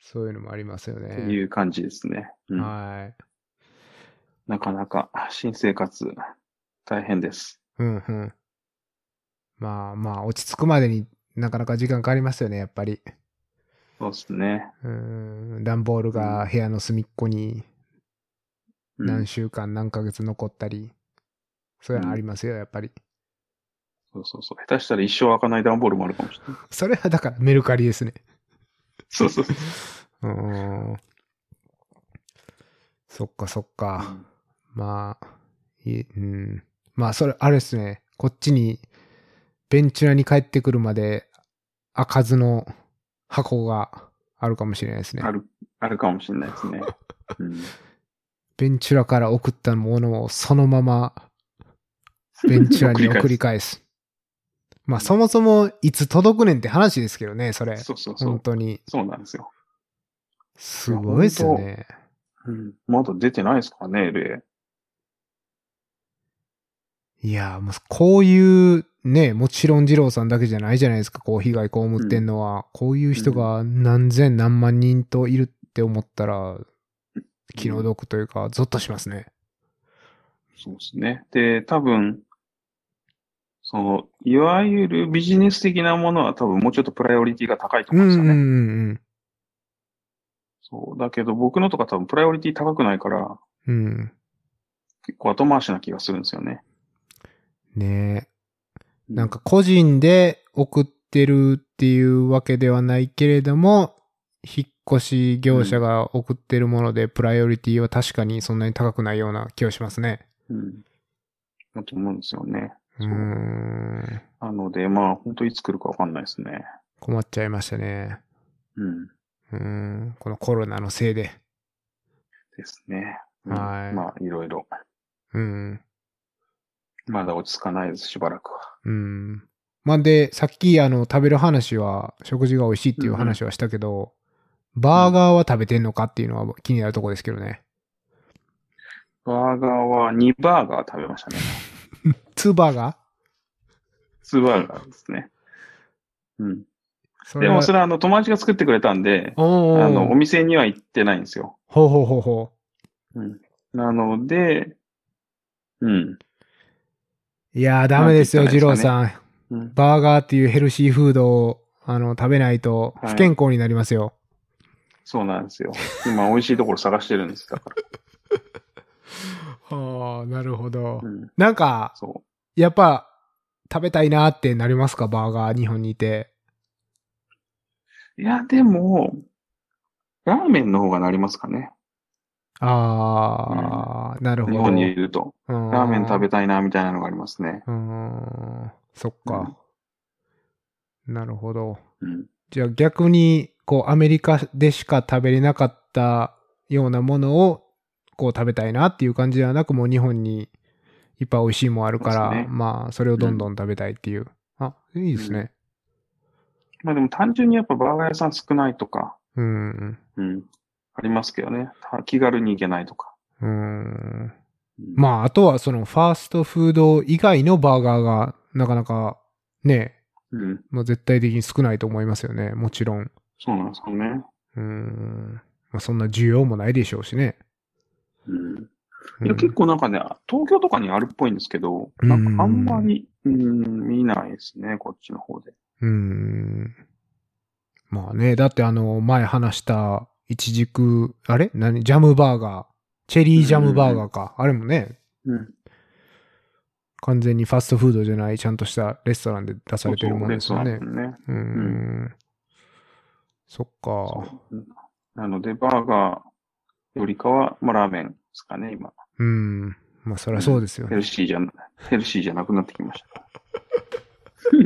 Speaker 2: そういうのもありますよ
Speaker 1: ってい
Speaker 2: ね。
Speaker 1: う感じですね。うん。
Speaker 2: はい。
Speaker 1: なかなか新生活大変です。
Speaker 2: うんうん。まあまあ、落ち着くまでになかなか時間かかりますよね、やっぱり。
Speaker 1: そうですね。
Speaker 2: うん。段ボールが部屋の隅っこに
Speaker 1: うん
Speaker 2: 何週間、何ヶ月残ったり。そういうのありますよ、やっぱり。
Speaker 1: そうそうそう。下手したら一生開かない段ボールも あるかもしれない。
Speaker 2: それはだからメルカリですね。
Speaker 1: そうそうそう。
Speaker 2: うん。そっかそっか。まあ、いうん。まあ、それ、あれですね。こっちに、ベンチュラに帰ってくるまで、開かずの箱があるかもしれないですね
Speaker 1: あ。る、あるかもしれないです ね。うん。
Speaker 2: ベンチュラから送ったものをそのま ま、ベンチュラに送り返す。まあ、そもそもいつ届くねんって話ですけどね、それ。
Speaker 1: そうそうそ
Speaker 2: 本
Speaker 1: う。
Speaker 2: 当に。
Speaker 1: そうなんですよ。
Speaker 2: すごいですよね。
Speaker 1: うん。まだ出てないですからね、例。
Speaker 2: いや、もうこういう、ね、もちろん二郎さんだけじゃないじゃないですか、こう被害被ってんのは。こういう人が何千何万人といるって思ったら、気の毒というか、ゾッとしますね。
Speaker 1: そうですね。で、多分、その、いわゆるビジネス的なものは多分もうちょっとプライオリティが高いと
Speaker 2: う
Speaker 1: 思うん
Speaker 2: ん
Speaker 1: です
Speaker 2: う
Speaker 1: よね。
Speaker 2: んうん
Speaker 1: そう。だけど僕のとか多分プライオリティ高くないから、
Speaker 2: うん。うん。
Speaker 1: 結構後回しな気がするんですよね。
Speaker 2: ねえ。なんか個人で送ってるっていうわけではないけれども、引っ越し業者が送ってるもので、プライオリティは確かにそんなに高くないような気がしますね。
Speaker 1: うん。だと思うんですよね。
Speaker 2: うーん。
Speaker 1: なので、まあ、本当いつ来るかわかんないですね。
Speaker 2: 困っちゃいましたね。
Speaker 1: うん。
Speaker 2: うーん、このコロナのせいで。
Speaker 1: ですね。うん
Speaker 2: はい
Speaker 1: まあ、いろいろ。
Speaker 2: うん。
Speaker 1: まだ落ち着かないです、しばらくは。
Speaker 2: うん。まあ、で、さっき、あの、食べる話は、食事が美味しいっていう話はしたけど、バーガーは食べてんのかっていうのは気になるとこですけどね。
Speaker 1: バーガーは2バーガー食べましたね。
Speaker 2: ツーバーガー
Speaker 1: 2バーガーですね。うん。
Speaker 2: そ
Speaker 1: で
Speaker 2: は
Speaker 1: もそれはあの友達が作ってくれたんで、あ
Speaker 2: おー
Speaker 1: の、お店には行ってないんですよ。
Speaker 2: ほうほうほうほ
Speaker 1: うん。なので、うん。
Speaker 2: う。いやー、ダメですよ、
Speaker 1: なんて
Speaker 2: 二
Speaker 1: 言
Speaker 2: 郎
Speaker 1: った
Speaker 2: さん。
Speaker 1: うん、
Speaker 2: バーガーっていうヘルシーフードを、あの、食べないと、
Speaker 1: はい
Speaker 2: 不健康になりますよ。
Speaker 1: そうなんですよ。今、美味しいところ探してるんです。 だから。
Speaker 2: はあ、なるほど
Speaker 1: う。ん。
Speaker 2: なんか、
Speaker 1: そ
Speaker 2: やっぱ、食べたいなーってなりますかバーガー、日本にいて。
Speaker 1: う。いや、でも、ラーメンの方がなりますかね。
Speaker 2: ああ、なるほ
Speaker 1: 日
Speaker 2: ど。
Speaker 1: 本にいると。ラーメン食べ
Speaker 2: て。
Speaker 1: たいな、みたいなのがありますね。
Speaker 2: うん、そっか。なるほど。
Speaker 1: うん。
Speaker 2: じゃあ逆に、こう、アメリカでしか食べれなかったようなものを、こう食べたいなっていう感じではなく、もう日本にいっぱい美味しいもんあるか
Speaker 1: そうで
Speaker 2: ら、
Speaker 1: すね
Speaker 2: まあ、それをどんどん食べたいっていう。あ、いいですね。
Speaker 1: まあでも単純にやっぱバーガー屋さん少ないとか、
Speaker 2: うん。
Speaker 1: うん。ありますけどね。た気軽に行けないとか。
Speaker 2: うん。
Speaker 1: うん
Speaker 2: まあ、あとはその、ファーストフード以外のバーガーが、なかなか、ね、
Speaker 1: うん。
Speaker 2: まあ、絶対的に少ないと思いますよね。もちろん。
Speaker 1: そうなんですよね。
Speaker 2: うーん。まあ、そんな需要もないでしょうしね。
Speaker 1: うん。
Speaker 2: うん
Speaker 1: いや、結構なんかね、東京とかにあるっぽいんですけど、なんかあんまり、うん、見ないですね、こっちの方で。
Speaker 2: うーん。まあね、だってあの、前話した、いちじく、あれ何ジャムバーガー。チェリージャムバーガーか。あれもね、
Speaker 1: うん。
Speaker 2: 完全にファストフードじゃない、ちゃんとしたレストランで出されてるもんですよ
Speaker 1: レス
Speaker 2: ね
Speaker 1: ト。ランね。
Speaker 2: うーん。そっか。
Speaker 1: そううんなので、バーガーよりかは、まあ、ラーメンですかね、今。
Speaker 2: うん。まあ、そりゃそうですよ
Speaker 1: ヘ
Speaker 2: ね。
Speaker 1: ルシーじゃな、ヘルシーじゃなくなってきました。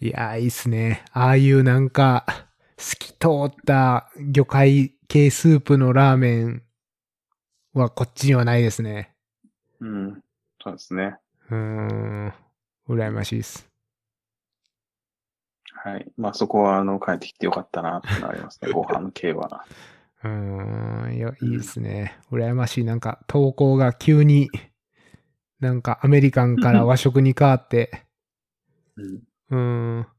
Speaker 2: いやー、いいっすね。ああいうなんか、透き通った魚介系スープのラーメンはこっちにはないですね。
Speaker 1: うん。そうですね。
Speaker 2: うーん。羨ましいです。
Speaker 1: はい。まあそこは、あの、帰ってきてよかったな、ってなります ね。ご飯系は。
Speaker 2: うーん。いや、いいですね。羨ましい。なんか、投稿が急に、なんかアメリカンから和食に変わって、
Speaker 1: うん。
Speaker 2: うーん。なんか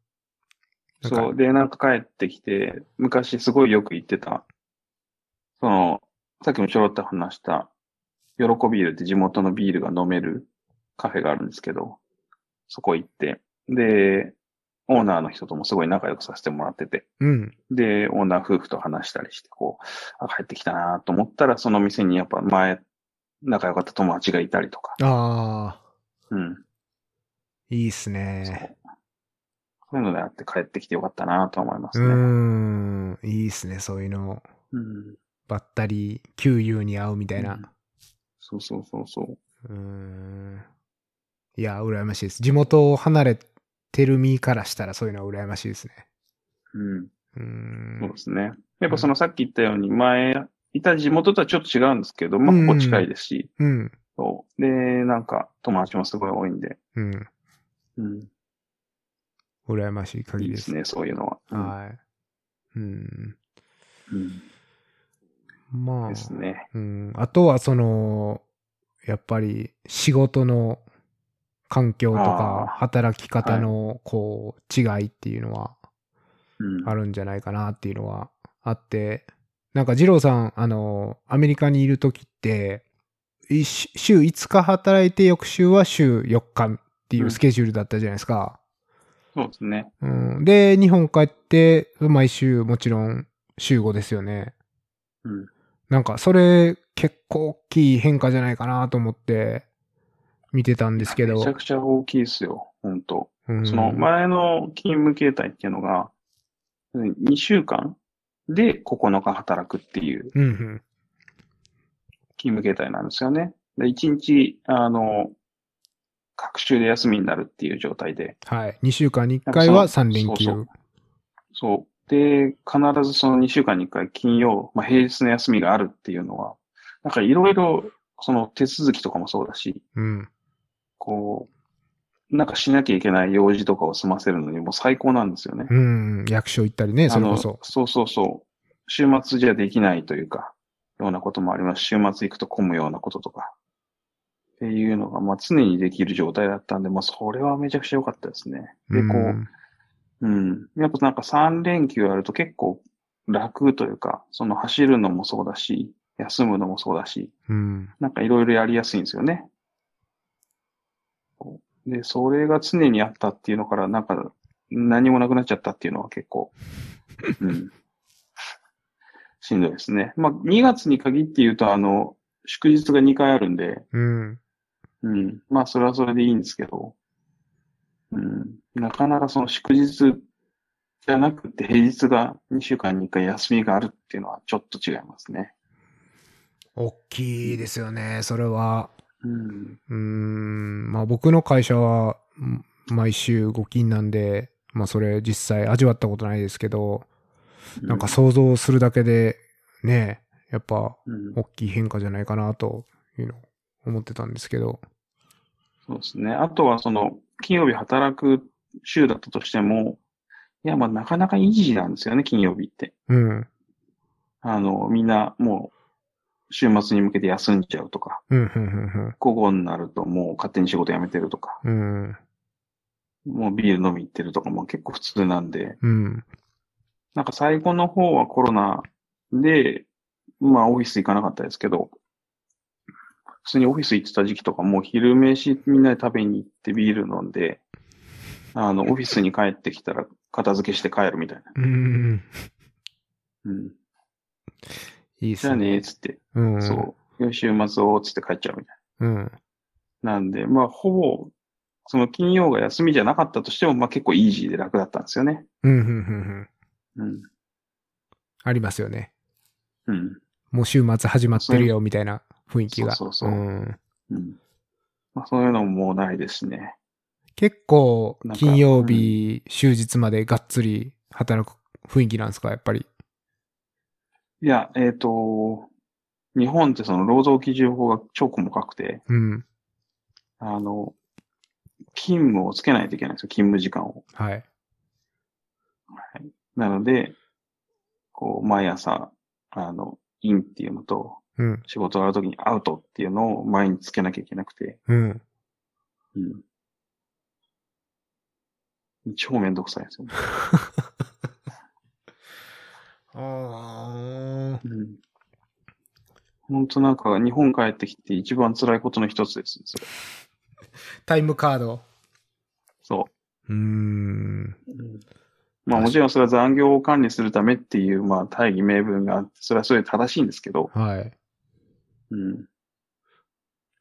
Speaker 1: そう。で、なんか帰ってきて、昔すごいよく行ってた、その、さっきもちょろっと話した、喜ビールって地元のビールが飲めるカフェがあるんですけど、そこ行って、で、オーナーの人ともすごい仲良くさせてもらってて、
Speaker 2: うん。
Speaker 1: で、オーナー夫婦と話したりして、こう、あ、帰ってきたなと思ったら、その店にやっぱ前、仲良かった友達がいたりとか、
Speaker 2: ああ、
Speaker 1: うん、
Speaker 2: いいっす
Speaker 1: そう
Speaker 2: ね。。
Speaker 1: そういうのであって帰ってきてよかったなとは思いま
Speaker 2: う
Speaker 1: すね。
Speaker 2: ーん。いいっすね。そういうの。
Speaker 1: うん。
Speaker 2: ばったり、旧友に会うみたいな。
Speaker 1: そうそうそうそう。
Speaker 2: うーん。いや、羨ましいです。地元を離れてる身からしたらそういうのは羨ましいですね。
Speaker 1: うん。
Speaker 2: うー
Speaker 1: そうんで。すね。やっぱそのさっき言ったように、前、いた地元とはちょっと違うんですけど、ま
Speaker 2: うん
Speaker 1: あ、ここ近いですし、
Speaker 2: うん。
Speaker 1: そう。で、なんか、友達もすごい多いんで、
Speaker 2: うん。
Speaker 1: うん。
Speaker 2: 羨ましい
Speaker 1: い
Speaker 2: 限
Speaker 1: い
Speaker 2: り
Speaker 1: で
Speaker 2: です。
Speaker 1: すね、そういうのは。うん
Speaker 2: はい。うん。
Speaker 1: うん。
Speaker 2: まあ。
Speaker 1: ですね。
Speaker 2: うん。あとは、その、やっぱり仕事の環境と
Speaker 1: あー
Speaker 2: か、働き方の、こう、違いっていうのは
Speaker 1: うん。
Speaker 2: あるんじゃないかなっていうのはあって、なんか、二郎さん、あの、アメリカにいる時って、い週5日働いて、翌週は週4日っていうスケジュールだったじゃないですか。
Speaker 1: そうですね。
Speaker 2: うん、で、日本帰って、毎週もちろん週5ですよね。
Speaker 1: うん。
Speaker 2: なんか、それ、結構大きい変化じゃないかなと思って、見てたんですけど。
Speaker 1: めちゃくちゃ大きいですよ、本当
Speaker 2: うん
Speaker 1: その前の勤務形態っていうのが、2週間で9日働くっていう
Speaker 2: うんうん。
Speaker 1: 勤務形態なんですよね。で1日、あの、各週で休みになるっていう状態で。
Speaker 2: はい。2週間に1回は3連休。
Speaker 1: そうそうそう。で、必ずその2週間に1回金曜、まあ、平日の休みがあるっていうのは、なんかいろいろ、その手続きとかもそうだし、
Speaker 2: うん。
Speaker 1: こう、なんかしなきゃいけない用事とかを済ませるのにもう最高なんですよね。
Speaker 2: うん。役所行ったりね、それこ
Speaker 1: あの
Speaker 2: そ。
Speaker 1: そうそうそう。週末じゃできないというか、ようなこともあります。週末行くと混むようなこととか。っていうのが、まあ常にできる状態だったんで、まあそれはめちゃくちゃ良かったですね。で、こ
Speaker 2: うん
Speaker 1: う、うん。やっぱなんか3連休やると結構楽というか、その走るのもそうだし、休むのもそうだし、
Speaker 2: うん。
Speaker 1: なんかいろいろやりやすいんですよね。で、それが常にあったっていうのから、なんか何もなくなっちゃったっていうのは結 構、うん。しんどいですね。まあ、2月に限って言うと、あの、祝日が2回あるんで、
Speaker 2: うん。
Speaker 1: うん。まあ、それはそれでいいんですけど、うん。なかなかその祝日じゃなくて平日が2週間に1回休みがあるっていうのはちょっと違いますね。
Speaker 2: 大きいですよね、それは。
Speaker 1: うん。
Speaker 2: うーん。まあ僕の会社は、うん毎週5勤なんで、まあそれ実際味わったことないですけど、なんか想像するだけで、ね、やっぱ
Speaker 1: うん、
Speaker 2: 大きい変化じゃないかなというのを思ってたんですけど。
Speaker 1: そうですね。あとは、その、金曜日働く週だったとしても、いや、まあ、なかなか維持なんですよね、金曜日って。
Speaker 2: うん。
Speaker 1: あの、みんな、もう、週末に向けて休んじゃうとか、
Speaker 2: うん、うん、
Speaker 1: 午後になるともう勝手に仕事辞めてるとか、
Speaker 2: うん、うん。うん
Speaker 1: もうビール飲み行ってるとかも結構普通なんで、
Speaker 2: うん。
Speaker 1: なんか最後の方はコロナで、まあ、オフィス行かなかったですけど、普通にオフィス行ってた時期とかもう昼飯みんなで食べに行ってビール飲んで、あの、オフィスに帰ってきたら片付けして帰るみたいな。
Speaker 2: うん。
Speaker 1: うん。
Speaker 2: いい
Speaker 1: じ
Speaker 2: っす
Speaker 1: ゃあ
Speaker 2: ね。
Speaker 1: ね、つって、
Speaker 2: うん。
Speaker 1: そう。よし週末を、つって帰っちゃうみたい
Speaker 2: うん。
Speaker 1: な。なんで、まあ、ほぼ、その金曜が休みじゃなかったとしても、まあ結構イージーで楽だったんですよね。
Speaker 2: うん、うん、うん、うん。
Speaker 1: うん。
Speaker 2: ありますよね。
Speaker 1: うん。
Speaker 2: もう週末始まってるよ、みたいな雰囲気が。
Speaker 1: そうそうそうんうん。まあそういうのももうないですしね。
Speaker 2: 結構
Speaker 1: なん、か
Speaker 2: 金曜日、終日までがっつり働く雰囲気なんですか、やっぱり。
Speaker 1: いや、えっ、と、日本ってその労働基準法が超細かくて、
Speaker 2: うん。
Speaker 1: あの、勤務をつけないといけないんですよ、勤務時間を。
Speaker 2: はい。
Speaker 1: なので、こう、毎朝、あの、インっていうのと、
Speaker 2: うん。
Speaker 1: 仕事があるときにアウトっていうのを前につけなきゃいけなくて、
Speaker 2: うん。
Speaker 1: うん。超めんどくさいんですよね。
Speaker 2: ああ。
Speaker 1: うん。本当なんか、日本帰ってきて一番辛いことの一つです、それ
Speaker 2: タイムカード。
Speaker 1: そう
Speaker 2: ーん。
Speaker 1: う。まあもちろんそれは残業を管理するためっていう、まあ大義名分があって、それはそれで正しいんですけど、
Speaker 2: はい。
Speaker 1: うん。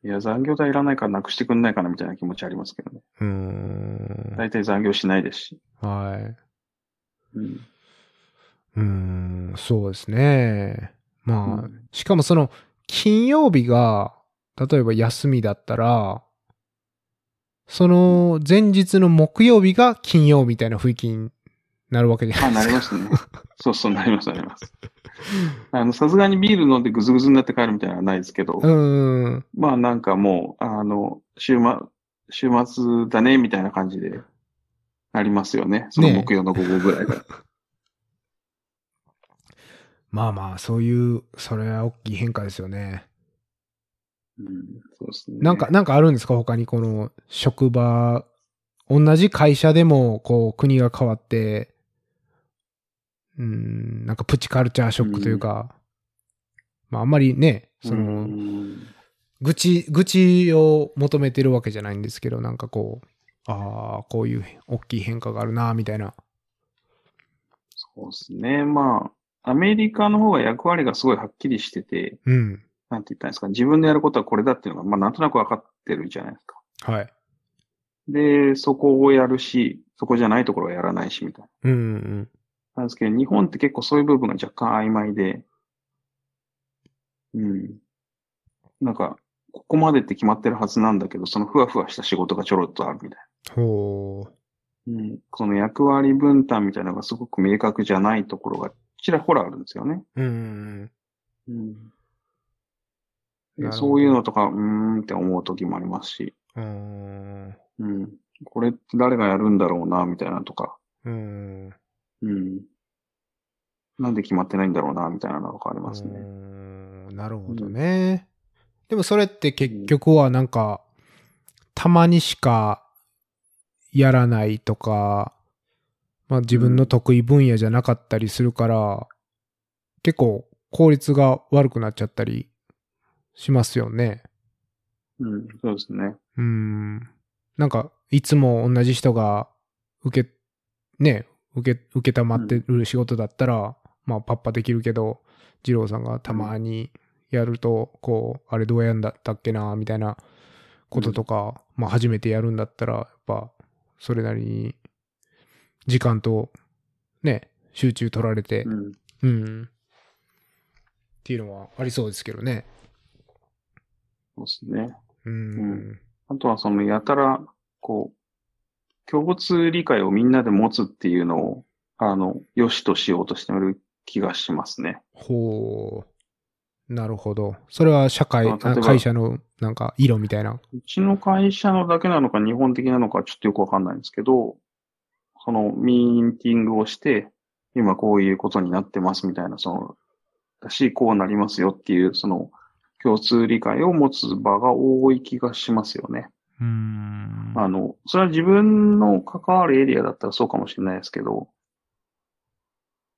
Speaker 1: いや、残業代いらないからなくしてくんないかなみたいな気持ちありますけどね。
Speaker 2: うーん。
Speaker 1: 大体残業しないですし。
Speaker 2: はい。
Speaker 1: うん。
Speaker 2: うーん、そうですね。まあ、
Speaker 1: うん
Speaker 2: しかもその、金曜日が、例えば休みだったら、その前日の木曜日が金曜みたいな雰囲気になるわけじゃな
Speaker 1: あ、
Speaker 2: いで
Speaker 1: な
Speaker 2: す
Speaker 1: り
Speaker 2: か。
Speaker 1: ますね。そうそう、なります、なります。あの、さすがにビール飲んでぐずぐずになって帰るみたいなのはないですけど、
Speaker 2: うーん。
Speaker 1: まあなんかもう、あの、週末、週末だね、みたいな感じで、なりますよね。その
Speaker 2: ねえ
Speaker 1: 木曜の午後ぐらいから。
Speaker 2: まあまあ、そういう、それは大きい変化ですよね。
Speaker 1: うん、そうですね。
Speaker 2: なんか、、なんかあるんですか他にこの、職場、同じ会社でも、こう、国が変わって、うーん、なんかプチカルチャーショックというか、まああんまりね、その、
Speaker 1: うん、
Speaker 2: 愚痴、愚痴を求めてるわけじゃないんですけど、なんかこう、ああ、こういう大きい変化があるな、みたいな。
Speaker 1: そうですね。まあ、アメリカの方が役割がすごいはっきりしてて、
Speaker 2: うん。
Speaker 1: なんて言ったらいいんですか、自分でやることはこれだっていうのが、まあなんとなく分かってるじゃないですか。
Speaker 2: はい。
Speaker 1: で、そこをやるし、そこじゃないところはやらないし、みたいな。
Speaker 2: うんうん。
Speaker 1: なんですけど、日本って結構そういう部分が若干曖昧で、うん。なんか、ここまでって決まってるはずなんだけど、そのふわふわした仕事がちょろっとあるみたい
Speaker 2: ほう。
Speaker 1: な。うん。その役割分担みたいなのがすごく明確じゃないところがちらほらあるんですよね。
Speaker 2: うんうん
Speaker 1: うん。で
Speaker 2: なるほど
Speaker 1: そういうのとか、うーんって思う時もありますし、
Speaker 2: うん。う
Speaker 1: うん。これって誰がやるんだろうな、みたいなとか、
Speaker 2: ーん。う
Speaker 1: うん。なんで決まってないんだろうな、みたいなのがありますね。
Speaker 2: ーんなるほどね。でもそれって結局はなんか、たまにしかやらないとか、まあ自分の得意分野じゃなかったりするから、結構効率が悪くなっちゃったりしますよね。
Speaker 1: うん、そうですね。
Speaker 2: うーん。なんか、いつも同じ人が受け、ね、受け、受けたまってる仕事だったら、まあ、パッパできるけど、二郎さんがたまにやると、こう、あれどうやんだったっけな、みたいなこととか、まあ、初めてやるんだったら、やっぱ、それなりに、時間と、ね、集中取られて
Speaker 1: う、ん。
Speaker 2: うん。っていうのはありそうですけどね。
Speaker 1: そうですね。
Speaker 2: うん。
Speaker 1: あとはそのやたら、こう、共通理解をみんなで持つっていうのを、あの、良しとしようとしてる気がしますね。
Speaker 2: ほう。なるほど。それは社会、
Speaker 1: まあ例えば
Speaker 2: 会社のなんか色みたいな。
Speaker 1: うちの会社のだけなのか日本的なのかちょっとよくわかんないんですけど、そのミーティングをして、今こういうことになってますみたいな、その、だし、こうなりますよっていう、その、共通理解を持つ場が多い気がしますよね。
Speaker 2: うーん
Speaker 1: あの、それは自分の関わるエリアだったらそうかもしれないですけど、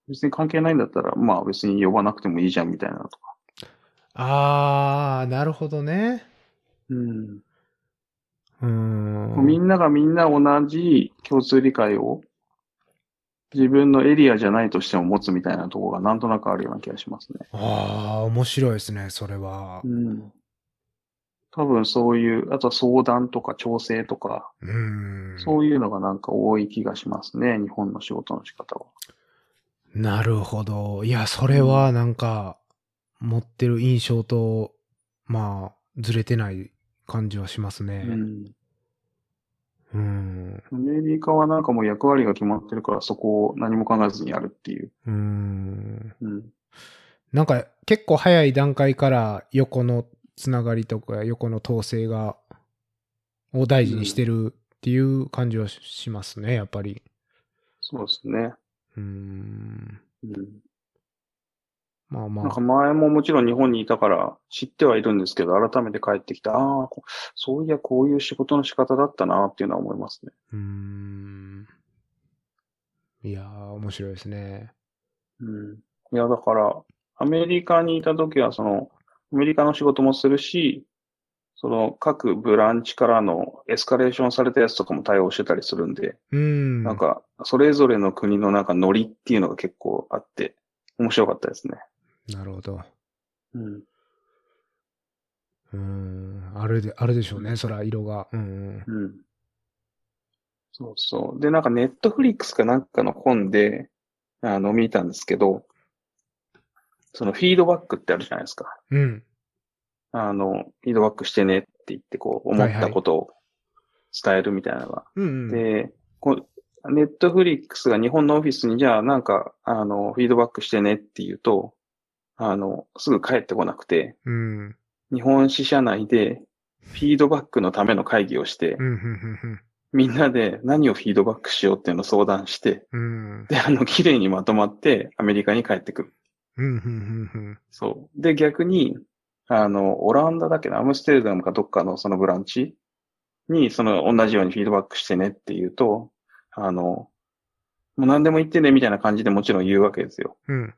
Speaker 1: 別に関係ないんだったら、まあ別に呼ばなくてもいいじゃんみたいなのとか。
Speaker 2: あー、なるほどね。
Speaker 1: うん。
Speaker 2: うー
Speaker 1: み
Speaker 2: ん。
Speaker 1: んながみんな同じ共通理解を自分のエリアじゃないとしても持つみたいなところがなんとなくあるような気がしますね。
Speaker 2: あー、面白いですね、それは
Speaker 1: う。ん。多分そういう、あとは相談とか調整とか、
Speaker 2: うーん。
Speaker 1: そういうのがなんか多い気がしますね。日本の仕事の仕方は。
Speaker 2: なるほど。いや、それはなんか、持ってる印象と、まあ、ずれてない感じはしますね。
Speaker 1: うん。
Speaker 2: うん。
Speaker 1: アメリカはなんかもう役割が決まってるから、そこを何も考えずにやるっていう。
Speaker 2: うーん。
Speaker 1: うん。
Speaker 2: なんか結構早い段階から横のつながりとか横の統制が、を大事にしてるっていう感じはししますね、やっぱり。
Speaker 1: そうですね。
Speaker 2: うーん。
Speaker 1: うん。
Speaker 2: まあ
Speaker 1: なん
Speaker 2: ま
Speaker 1: か前ももちろん日本にいたから知ってはいるんですけど、改めて帰ってきて、ああ、こそういやこういう仕事の仕方だったなっていうのは思いますね。
Speaker 2: あ。うーん。いやー、面白いですね。
Speaker 1: うん。いや、だから、アメリカにいた時は、その、アメリカの仕事もするし、その、各ブランチからのエスカレーションされたやつとかも対応してたりするんで、
Speaker 2: うーん。
Speaker 1: なんか、それぞれの国のなんかノリっていうのが結構あって、面白かったですね。
Speaker 2: なるほど。
Speaker 1: うん。
Speaker 2: うーん。あるで、あるでしょうね、そら、色が。うん
Speaker 1: うん。そうそう。で、なんかネットフリックスかなんかの本で、あの、見たんですけど、そのフィードバックってあるじゃないですか。
Speaker 2: うん。うん。
Speaker 1: あの、フィードバックしてねって言って、こう、思ったことを伝えるみたいなのが。
Speaker 2: うん、うん。
Speaker 1: で、こう、ネットフリックスが日本のオフィスに、じゃあなんか、あの、フィードバックしてねって言うと、あの、すぐ帰ってこなくて、
Speaker 2: うん。うん、
Speaker 1: 日本支社内で、フィードバックのための会議をして、
Speaker 2: うん、うん、
Speaker 1: みんなで何をフィードバックしようっていうのを相談して、
Speaker 2: うん。うん、
Speaker 1: で、あの、綺麗にまとまってアメリカに帰ってくる。
Speaker 2: うん、うん、うん。
Speaker 1: そう。で、逆に、あの、オランダだっけな、アムステルダムかどっかのそのブランチに、その同じようにフィードバックしてねって言うと、あの、もう何でも言ってねみたいな感じでもちろん言うわけですよ。
Speaker 2: うん、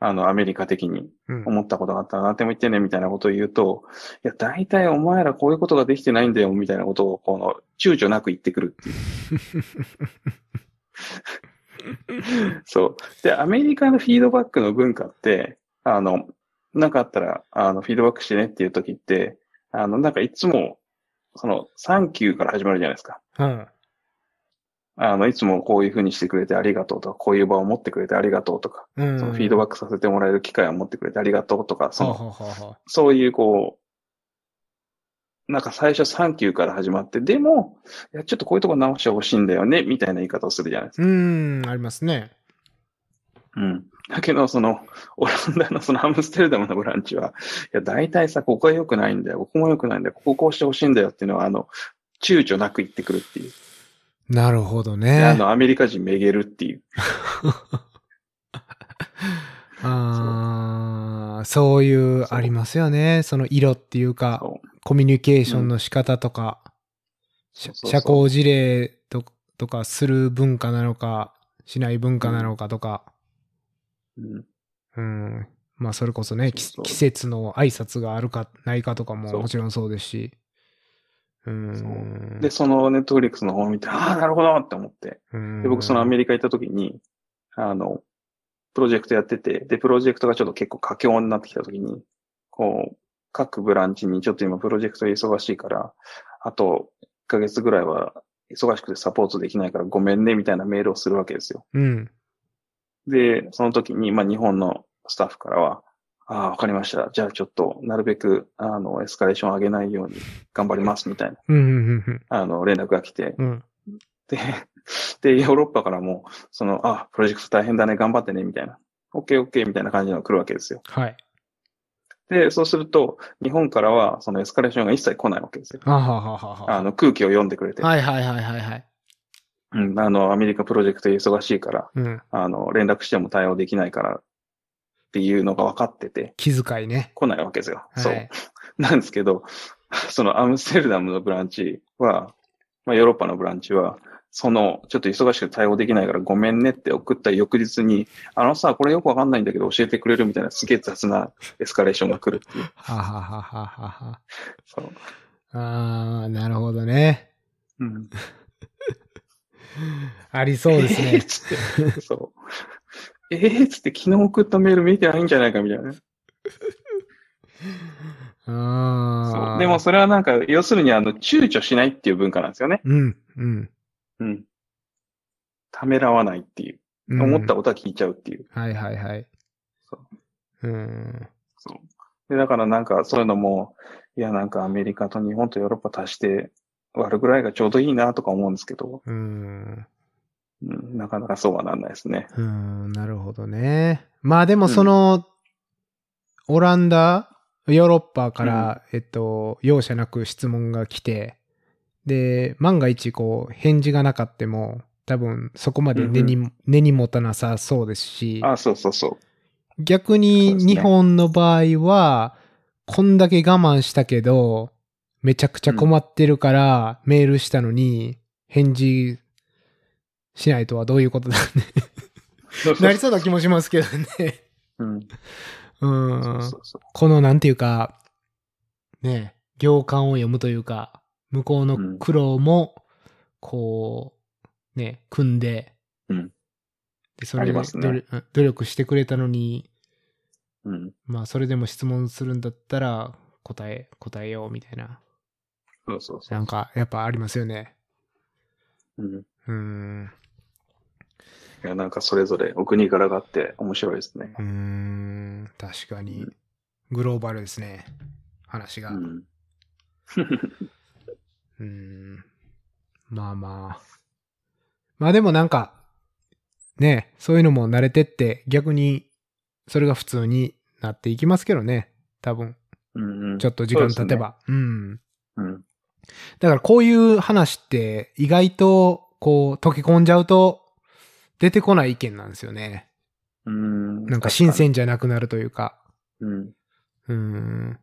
Speaker 1: あの、アメリカ的に
Speaker 2: うん。
Speaker 1: 思ったことがあったら何でも言ってねみたいなことを言うと、いや、大体お前らこういうことができてないんだよみたいなことを、この、躊躇なく言ってくるっていうそう。で、アメリカのフィードバックの文化って、あの、なんかあったら、あの、フィードバックしてねっていう時って、あの、なんかいつも、その、サンキューから始まるじゃないですか。
Speaker 2: うん。
Speaker 1: あの、いつもこういう風にしてくれてありがとうとか、こういう場を持ってくれてありがとうとか、
Speaker 2: うん。
Speaker 1: そのフィードバ
Speaker 2: ッ
Speaker 1: ックさせてもらえる機会を持ってくれてありがとうとか、そ
Speaker 2: はあ
Speaker 1: の、
Speaker 2: はあはあはあ
Speaker 1: そういうこう、なんか最初サンキューから始まって、でも、いや、ちょっとこういうとこ直してほしいんだよね、みたいな言い方をするじゃないですか
Speaker 2: うーん、ありますね。
Speaker 1: うん。だけど、その、オランダの そのアムステルダムのブランチは、いや、大体さ、ここは良くないんだよ、ここも良くないんだよ、こここうしてほしいんだよっていうのは、あの、躊躇なく言ってくるっていう。
Speaker 2: なるほど
Speaker 1: で
Speaker 2: ね。
Speaker 1: あの、アメリカ人めげるっていう。
Speaker 2: あーそういう、
Speaker 1: そう
Speaker 2: ありますよね。その色っていうか
Speaker 1: そ、
Speaker 2: コミュニケーションの仕方とか、
Speaker 1: そうそう
Speaker 2: 社交辞令ととかする文化なのか、しない文化なのかとか、
Speaker 1: うん。
Speaker 2: うん。まあ、それこそねき
Speaker 1: そうそう
Speaker 2: 季節の挨拶があるかないかとかも
Speaker 1: そう
Speaker 2: もちろんそうですし。う
Speaker 1: そ
Speaker 2: ん。
Speaker 1: で、そのネットフリックスの方を見て、ああ、なるほどって思って。
Speaker 2: うん
Speaker 1: で、僕そのアメリカ行った時に、あの、プロジェクトやってて、で、プロジェクトがちょっと結構佳境になってきた時に、こう、各ブランチにちょっと今プロジェクトで忙しいから、あと1ヶ月ぐらいは忙しくてサポートできないからごめんねみたいなメールをするわけですよ。
Speaker 2: うん。
Speaker 1: で、その時に、まあ日本のスタッフからは、ああ、わかりました。じゃあちょっと、なるべく、あの、エスカレーション上げないように頑張りますみたいな、
Speaker 2: うん。うん。うん
Speaker 1: あの、連絡が来て、
Speaker 2: うん。
Speaker 1: で、で、ヨーロッパからも、その、あ、プロジェクト大変だね、頑張ってね、みたいな。オッケーオッケーみたいな感じのが来るわけですよ。
Speaker 2: はい。
Speaker 1: で、そうすると、日本からは、そのエスカレーションが一切来ないわけですよ。
Speaker 2: あははは
Speaker 1: あ
Speaker 2: は。
Speaker 1: の、空気を読んでくれて、
Speaker 2: はいはいはいはいはい。
Speaker 1: うん、あの、アメリカプロジェクトで忙しいから、
Speaker 2: うん。
Speaker 1: あの、連絡しても対応できないから、っていうのが分かってて、
Speaker 2: 気遣いね。
Speaker 1: 来ないわけですよ。
Speaker 2: は
Speaker 1: そ。。
Speaker 2: いう
Speaker 1: なんですけど、そのアムステルダムのブランチは、まあ、ヨーロッパのブランチは、その、ちょっと忙しくて対応できないからごめんねって送った翌日に、あのさ、これよくわかんないんだけど教えてくれるみたいなすげえ雑なエスカレーションが来るっていう。
Speaker 2: はははははは。
Speaker 1: そう。
Speaker 2: ああ、なるほどね。
Speaker 1: うん。
Speaker 2: ありそうです
Speaker 1: えーっ
Speaker 2: ね。
Speaker 1: つって。そう。えーっつって昨日送ったメール見てないんじゃないかみたいなね。
Speaker 2: あ
Speaker 1: そ
Speaker 2: あ。
Speaker 1: う。でもそれはなんか、要するにあの、躊躇しないっていう文化なんですよね。
Speaker 2: うん、うん。
Speaker 1: うん。ためらわないっていう。
Speaker 2: うん
Speaker 1: 思ったことは聞いちゃうっていう。
Speaker 2: はいはいはい
Speaker 1: そ。
Speaker 2: うん。
Speaker 1: そう。で、だからなんかそういうのも、いやなんかアメリカと日本とヨーロッパ足して、割るぐらいがちょうどいいなとか思うんですけど、
Speaker 2: うーん。
Speaker 1: うん、なかなかそうはなんないですね。
Speaker 2: うーん、なるほどね。まあでもその、オランダ、ヨーロッパから、えっと、容赦なく質問が来て、で、万が一こう、返事がなかっても、多分そこまで根に,、根に持たなさそうですし、
Speaker 1: あ、そうそうそう。
Speaker 2: 逆
Speaker 1: そ
Speaker 2: に
Speaker 1: うですね
Speaker 2: 日本の場合は、こんだけ我慢したけど、めちゃくちゃ困ってるから、メールしたのに、返事しないとはどういうことだね。なりそうな気もしますけどね。
Speaker 1: うん。
Speaker 2: うん。
Speaker 1: そうそうそう。
Speaker 2: このなんていうか、ね、行間を読むというか、向こうの苦労も、こう、ね、組んで、
Speaker 1: うん
Speaker 2: で、そ
Speaker 1: あ
Speaker 2: れ
Speaker 1: り
Speaker 2: で
Speaker 1: ますね
Speaker 2: 努力努力してくれたのに、
Speaker 1: うん。
Speaker 2: まあ、それでも質問するんだったら、答え、答えようみたいな。
Speaker 1: そうそうそ
Speaker 2: なんか、やっぱありますよね。
Speaker 1: う。うん。
Speaker 2: うーん。
Speaker 1: いや、なんかそれぞれお国柄があって面白いですね。
Speaker 2: うーん。確かに
Speaker 1: う。
Speaker 2: グローバルですね。話が。
Speaker 1: う。
Speaker 2: うんーん。まあまあ。まあでもなんか、ね、そういうのも慣れてって、逆に、それが普通になっていきますけどね。多分。
Speaker 1: うんうん。
Speaker 2: ちょっと時間経てば。うん。
Speaker 1: うん。
Speaker 2: だからこういう話って意外とこう溶け込んじゃうと出てこない意見なんですよね。
Speaker 1: うん。
Speaker 2: なんか新鮮じゃなくなるというか。
Speaker 1: うん。
Speaker 2: うーん。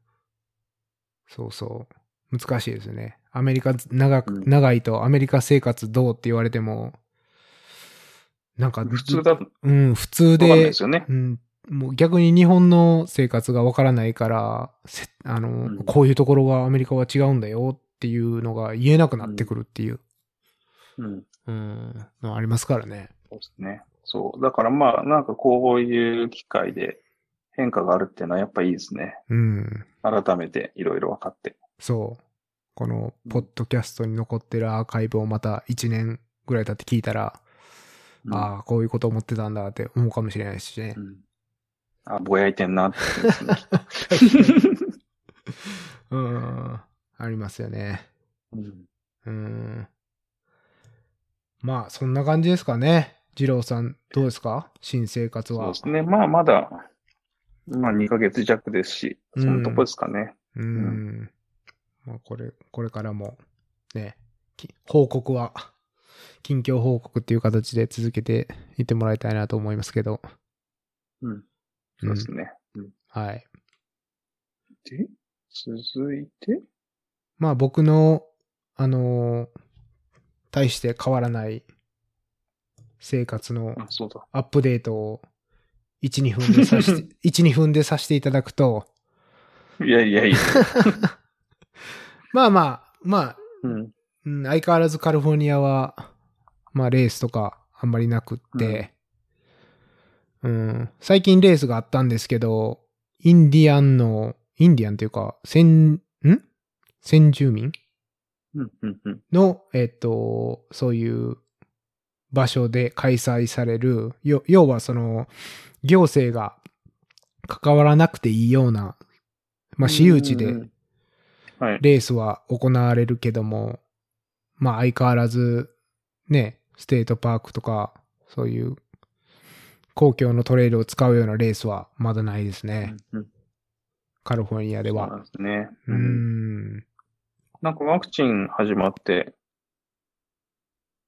Speaker 2: そうそう。難しいですね。アメリカ長
Speaker 1: う
Speaker 2: く、
Speaker 1: ん
Speaker 2: 長いとアメリカ生活どうって言われても、なんか、
Speaker 1: 普通だとわ
Speaker 2: うん、普通
Speaker 1: かんない
Speaker 2: で
Speaker 1: で、すよね。
Speaker 2: うん、もう逆に日本の生活がわからないから、せあの、
Speaker 1: ん
Speaker 2: こういうところがアメリカは違うんだよっていうのが言えなくなってくるっていう
Speaker 1: うん。
Speaker 2: うん、のありますからね。
Speaker 1: そうですね。そう。だからまあ、なんかこういう機会で変化があるっていうのはやっぱいいですね。
Speaker 2: うん。
Speaker 1: 改めていろいろ分かって。
Speaker 2: そう。この、ポッドキャストに残ってるアーカイブをまた1年ぐらい経って聞いたら、
Speaker 1: うん
Speaker 2: ああ、こういうこと思ってたんだって思うかもしれないしね
Speaker 1: う。ん。あ、ぼやいてんなって思いますね
Speaker 2: うん。ありますよね。
Speaker 1: うん
Speaker 2: うん。まあ、そんな感じですかね。二郎さん、どうですか新生活
Speaker 1: そう
Speaker 2: は。
Speaker 1: ですね。まあ、まだ、まあ2ヶ月弱ですし、そのとこですかね。
Speaker 2: うん。まあ、これ、これからも、ね、き報告は、近況報告っていう形で続けていってもらいたいなと思いますけど。
Speaker 1: うん。
Speaker 2: う
Speaker 1: そ
Speaker 2: ん
Speaker 1: うですね。
Speaker 2: はい。
Speaker 1: で、続いて、
Speaker 2: まあ、僕の、あのー大して変わらない生活の
Speaker 1: あ、そうだ。
Speaker 2: アップデートを1、2分でさせ て、1、2分でさせていただくと、
Speaker 1: いやいやいや。
Speaker 2: まあまあ、まあ、
Speaker 1: うん。
Speaker 2: うん、相変わらずカリフォルニアは、まあレースとかあんまりなくって、うん、最近レースがあったんですけど、インディアンの、インディアンというか、先、ん先住民
Speaker 1: うん、うん、うん。
Speaker 2: の、えっと、そういう場所で開催される、よ要はその、行政が関わらなくていいような、まあ私有地で、
Speaker 1: うんうんうん。はい。
Speaker 2: レースは行われるけども、まあ相変わらず、ね、ステートパークとか、そういう公共のトレイルを使うようなレースはまだないですね。
Speaker 1: うんうん
Speaker 2: カリフォルニアで
Speaker 1: そうな
Speaker 2: は。
Speaker 1: んですね。
Speaker 2: うーん。
Speaker 1: なんかワクチン始まって、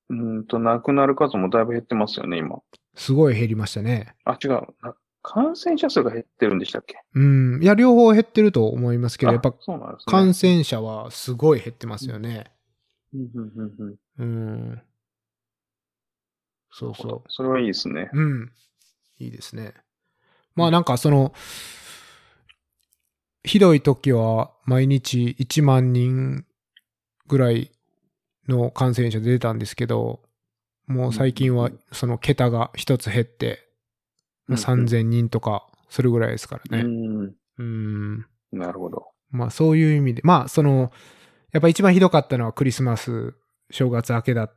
Speaker 1: うーんと、亡くなる数もだいぶ減ってますよね、今。
Speaker 2: すごい減りましたね。
Speaker 1: あ、違う。な感染者数が減ってるんでしたっけ
Speaker 2: うん。いや、両方減ってると思いますけど、やっぱ
Speaker 1: あそうなんですね。
Speaker 2: 感染者はすごい減ってますよね。
Speaker 1: うんうんうんうん
Speaker 2: うん。そうそう。
Speaker 1: それはいいですね。
Speaker 2: うん。いいですね。まあなんかその、ひどい時は毎日1万人ぐらいの感染者出たんですけど、もう最近はその桁が一つ減って、まあ、3000人とかするぐらいですからね。
Speaker 1: ね。う
Speaker 2: うん。
Speaker 1: ん。なるほど。
Speaker 2: まあそういう意味で、まあその、やっぱ一番ひどかったのはクリスマス、正月明けだっ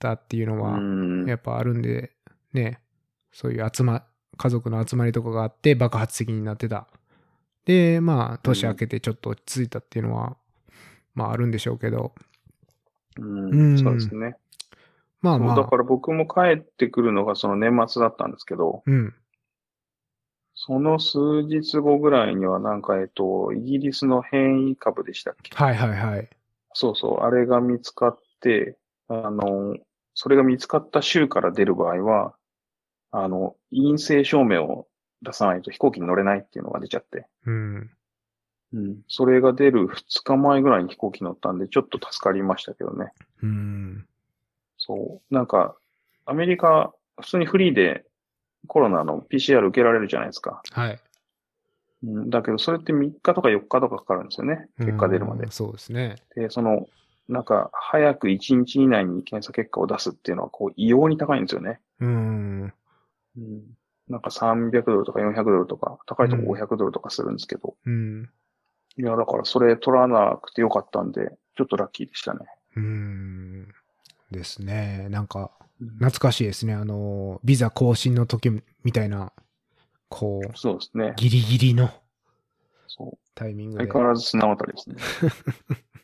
Speaker 2: たっていうの
Speaker 1: う
Speaker 2: は、
Speaker 1: ん。
Speaker 2: やっぱあるんで、ね、そういう集ま、家族の集まりとかがあって爆発的になってた。で、まあ、年明けてちょっと落ち着いたっていうのは、まああるんでしょうけど、
Speaker 1: うん、
Speaker 2: うん
Speaker 1: そうですね。
Speaker 2: まあ
Speaker 1: も
Speaker 2: ま
Speaker 1: うだ
Speaker 2: あ
Speaker 1: か。ら僕も帰ってくるのがその年末だったんですけど、
Speaker 2: うん。
Speaker 1: その数日後ぐらいにはなんか、えっと、イギリスの変異株でしたっけ
Speaker 2: はいはいはい。
Speaker 1: そうそう、あれが見つかって、あの、それが見つかった州から出る場合は、あの、陰性証明を出さないと飛行機に乗れないっていうのが出ちゃって。
Speaker 2: うん。
Speaker 1: うん。それが出る2日前ぐらいに飛行機乗ったんで、ちょっと助かりましたけどね。
Speaker 2: うん。
Speaker 1: そう。なんか、アメリカ、普通にフリーでコロナの PCR 受けられるじゃないですか。
Speaker 2: はい。
Speaker 1: うん、だけど、それって3日とか4日とかかかるんですよね。結果出るまで
Speaker 2: うん。そうですね。
Speaker 1: で、その、なんか、早く1日以内に検査結果を出すっていうのは、こう、異様に高いんですよね。
Speaker 2: うん。
Speaker 1: うん。なんか300ドルとか400ドルとか、高いとこ500ドルとかするんですけど。
Speaker 2: うん。
Speaker 1: いや、だからそれ取らなくてよかったんで、ちょっとラッキーでしたね。
Speaker 2: うん。ですね。なんか、
Speaker 1: うん
Speaker 2: 懐かしいですね。あの、ビザ更新の時みたいな、こう、
Speaker 1: そうですね。
Speaker 2: ギリギリの
Speaker 1: そう。
Speaker 2: タイミングで。
Speaker 1: 相変わらず綱渡りですね。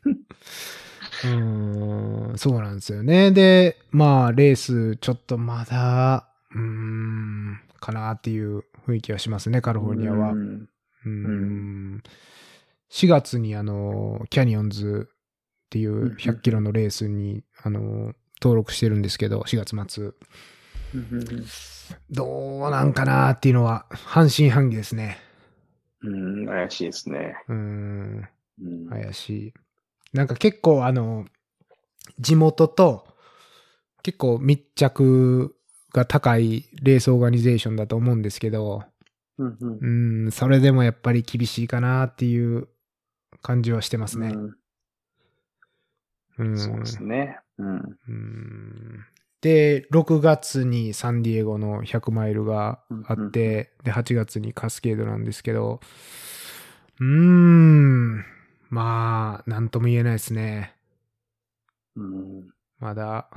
Speaker 2: うーん、そうなんですよね。で、まあ、レース、ちょっとまだ、うーん、かなっていう雰囲気はしますね、カリフォルニアは。
Speaker 1: う
Speaker 2: うんん4月に、あの、キャニオンズっていう100キロのレースに、あの、登録してるんですけど、4月末。どうなんかなっていうのは、半信半疑ですね。
Speaker 1: うん、怪しいですね。
Speaker 2: うーん。
Speaker 1: うん。
Speaker 2: 怪しい。なんか結構あの、地元と結構密着が高いレースオーガニゼーションだと思うんですけど、
Speaker 1: うんうん
Speaker 2: うん、それでもやっぱり厳しいかなっていう感じはしてますね。うん、
Speaker 1: うんそうですね。うん。
Speaker 2: うんで、6月にサンディエゴの100マイルがあ
Speaker 1: うんうんう
Speaker 2: っ
Speaker 1: ん
Speaker 2: て、で、8月にカスケードなんですけど、うーん、まあ、なんとも言えないですね。
Speaker 1: うん。
Speaker 2: まだ、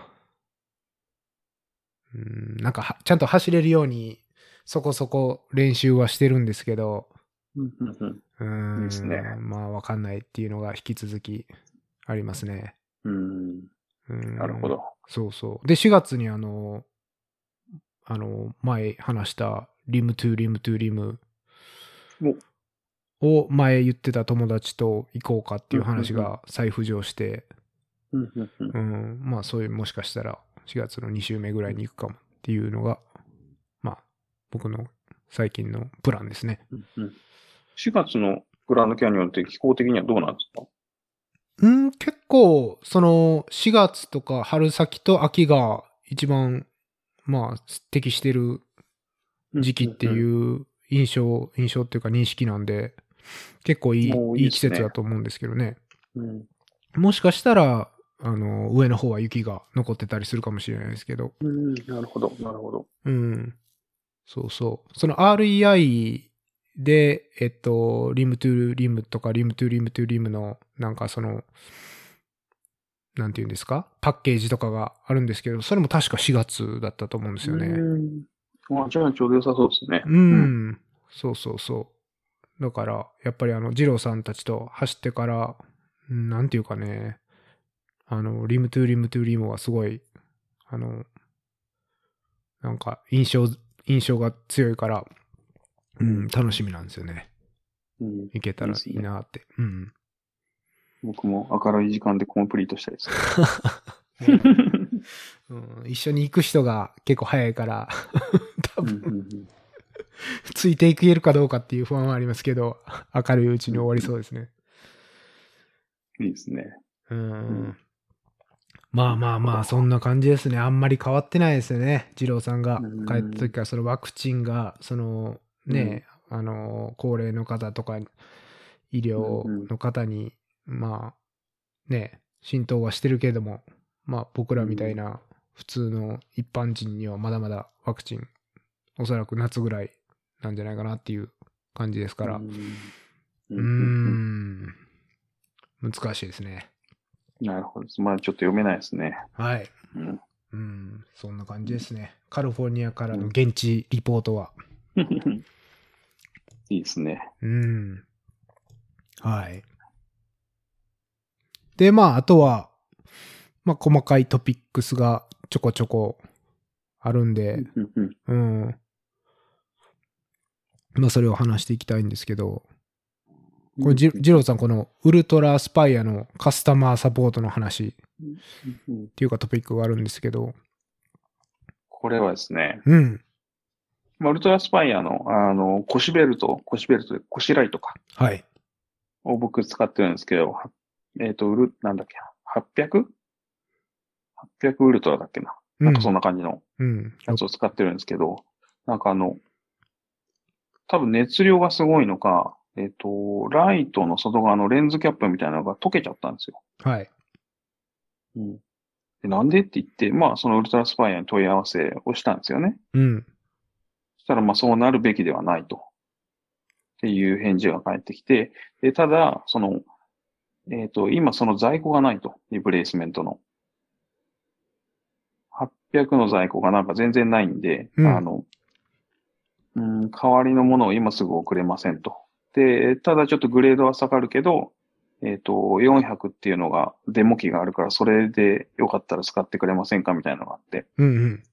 Speaker 2: うん、なんかは、ちゃんと走れるように、そこそこ練習はしてるんですけど、
Speaker 1: うんうんうん
Speaker 2: うーん、
Speaker 1: いいっすね
Speaker 2: まあ、わかんないっていうのが引き続きありますね。
Speaker 1: うん。
Speaker 2: うん
Speaker 1: なるほ。ど。
Speaker 2: そうそう。で、4月にあの、あの、前話した、リムトゥリムトゥリムを前言ってた友達と行こうかっていう話
Speaker 1: うんうん
Speaker 2: が再浮上して、
Speaker 1: うんうんうん
Speaker 2: うん、まあそういう、もしかしたら4月の2週目ぐらいに行くかもっていうのが、まあ僕の最近のプランですね。
Speaker 1: うんうん4月のグランドキャニオンって気候的にはどうなんですか
Speaker 2: うん、結構、その4月とか春先と秋が一番、まあ適してる時期って
Speaker 1: う。
Speaker 2: いう印象、印象っていうか認識なんで、結構いい、
Speaker 1: おー
Speaker 2: い
Speaker 1: い
Speaker 2: い
Speaker 1: い
Speaker 2: 季
Speaker 1: ですね
Speaker 2: 節だと思うんですけどね。
Speaker 1: うん
Speaker 2: もしかしたら、あの、上の方は雪が残ってたりするかもしれないですけど。
Speaker 1: うん、なるほど、なるほど。
Speaker 2: うん。そうそう。その REI で、えっと、リムトゥリムとか、リムトゥリムトゥリムの、なんかその、なんていうんですかパッケージとかがあるんですけど、それも確か4月だったと思うんですよね。
Speaker 1: うん。あ、じゃあちょうど良さそうですね。
Speaker 2: うん、。そうそうそう。だから、やっぱりあの、二郎さんたちと走ってから、うんなんていうかね、あの、リムトゥリムトゥリムはすごい、あの、なんか、印象、印象が強いから、うん、楽しみなんですよね。
Speaker 1: うん、
Speaker 2: いけたらいいなって。うん。
Speaker 1: 僕も明るい時間でコンプリートしたいです。
Speaker 2: うん、一緒に行く人が結構早いから、 多
Speaker 1: うんう
Speaker 2: 分、
Speaker 1: んうん
Speaker 2: ついていけるかどうかっていう不安はありますけど、明るいうちに終わりそうですね。
Speaker 1: いいですね。
Speaker 2: うん
Speaker 1: ん
Speaker 2: まあまあまあ、そんな感じですね。あんまり変わってないですよね。二郎さんが
Speaker 1: うん
Speaker 2: 帰った時から、そのワクチンが、そのね、あの、高齢の方とか、医療の方に、まあ、ね、浸透はしてるけれども、まあ僕らみたいな普通の一般人にはまだまだワクチン、おそらく夏ぐらいなんじゃないかなっていう感じですから、
Speaker 1: う
Speaker 2: うん
Speaker 1: うん
Speaker 2: ー
Speaker 1: うんうん
Speaker 2: ん、難しいですね。
Speaker 1: なるほどです。まあちょっと読めないですね。
Speaker 2: はい。
Speaker 1: うん
Speaker 2: うん、そんな感じですね。カリフォルニアからの現地リポートは。
Speaker 1: いいですね。
Speaker 2: うん。はい。で、まあ、あとは、まあ、細かいトピックスがちょこちょこあるんで、
Speaker 1: うんうん
Speaker 2: うん。まあ、それを話していきたいんですけど、これ、じジローさん、このウルトラスパイアのカスタマーサポートの話っ
Speaker 1: うん
Speaker 2: ていうかトピックがあるんですけど、
Speaker 1: これはですね、
Speaker 2: うん。
Speaker 1: まあウルトラスパイアの、あの、腰ベルト、腰ベルトで腰ライトか、
Speaker 2: はい。
Speaker 1: を僕使ってるんですけど、はえっ、と、ウル、なんだっけな、800?800 ウルトラだっけな。
Speaker 2: う
Speaker 1: なん
Speaker 2: ん
Speaker 1: か。そんな感じの
Speaker 2: うん。
Speaker 1: やつを使ってるんですけど、なんかあの、多分熱量がすごいのか、えっ、と、ライトの外側のレンズキャップみたいなのが溶けちゃったんですよ。
Speaker 2: はい。
Speaker 1: うん。でなんでって言って、まあ、そのウルトラスパイアに問い合わせをしたんですよね。
Speaker 2: うん。
Speaker 1: そしたら、まあ、そうなるべきではないと。っていう返事が返ってきて、で、ただ、その、えっ、と、今その在庫がないと。リプレイスメントの。800の在庫がなんか全然ないんで、
Speaker 2: うん
Speaker 1: あの、うん、代わりのものを今すぐ送れませんと。で、ただちょっとグレードは下がるけど、えっ、と、400っていうのがデモ機があるから、それでよかったら使ってくれませんかみたいなのがあって。
Speaker 2: うんうん。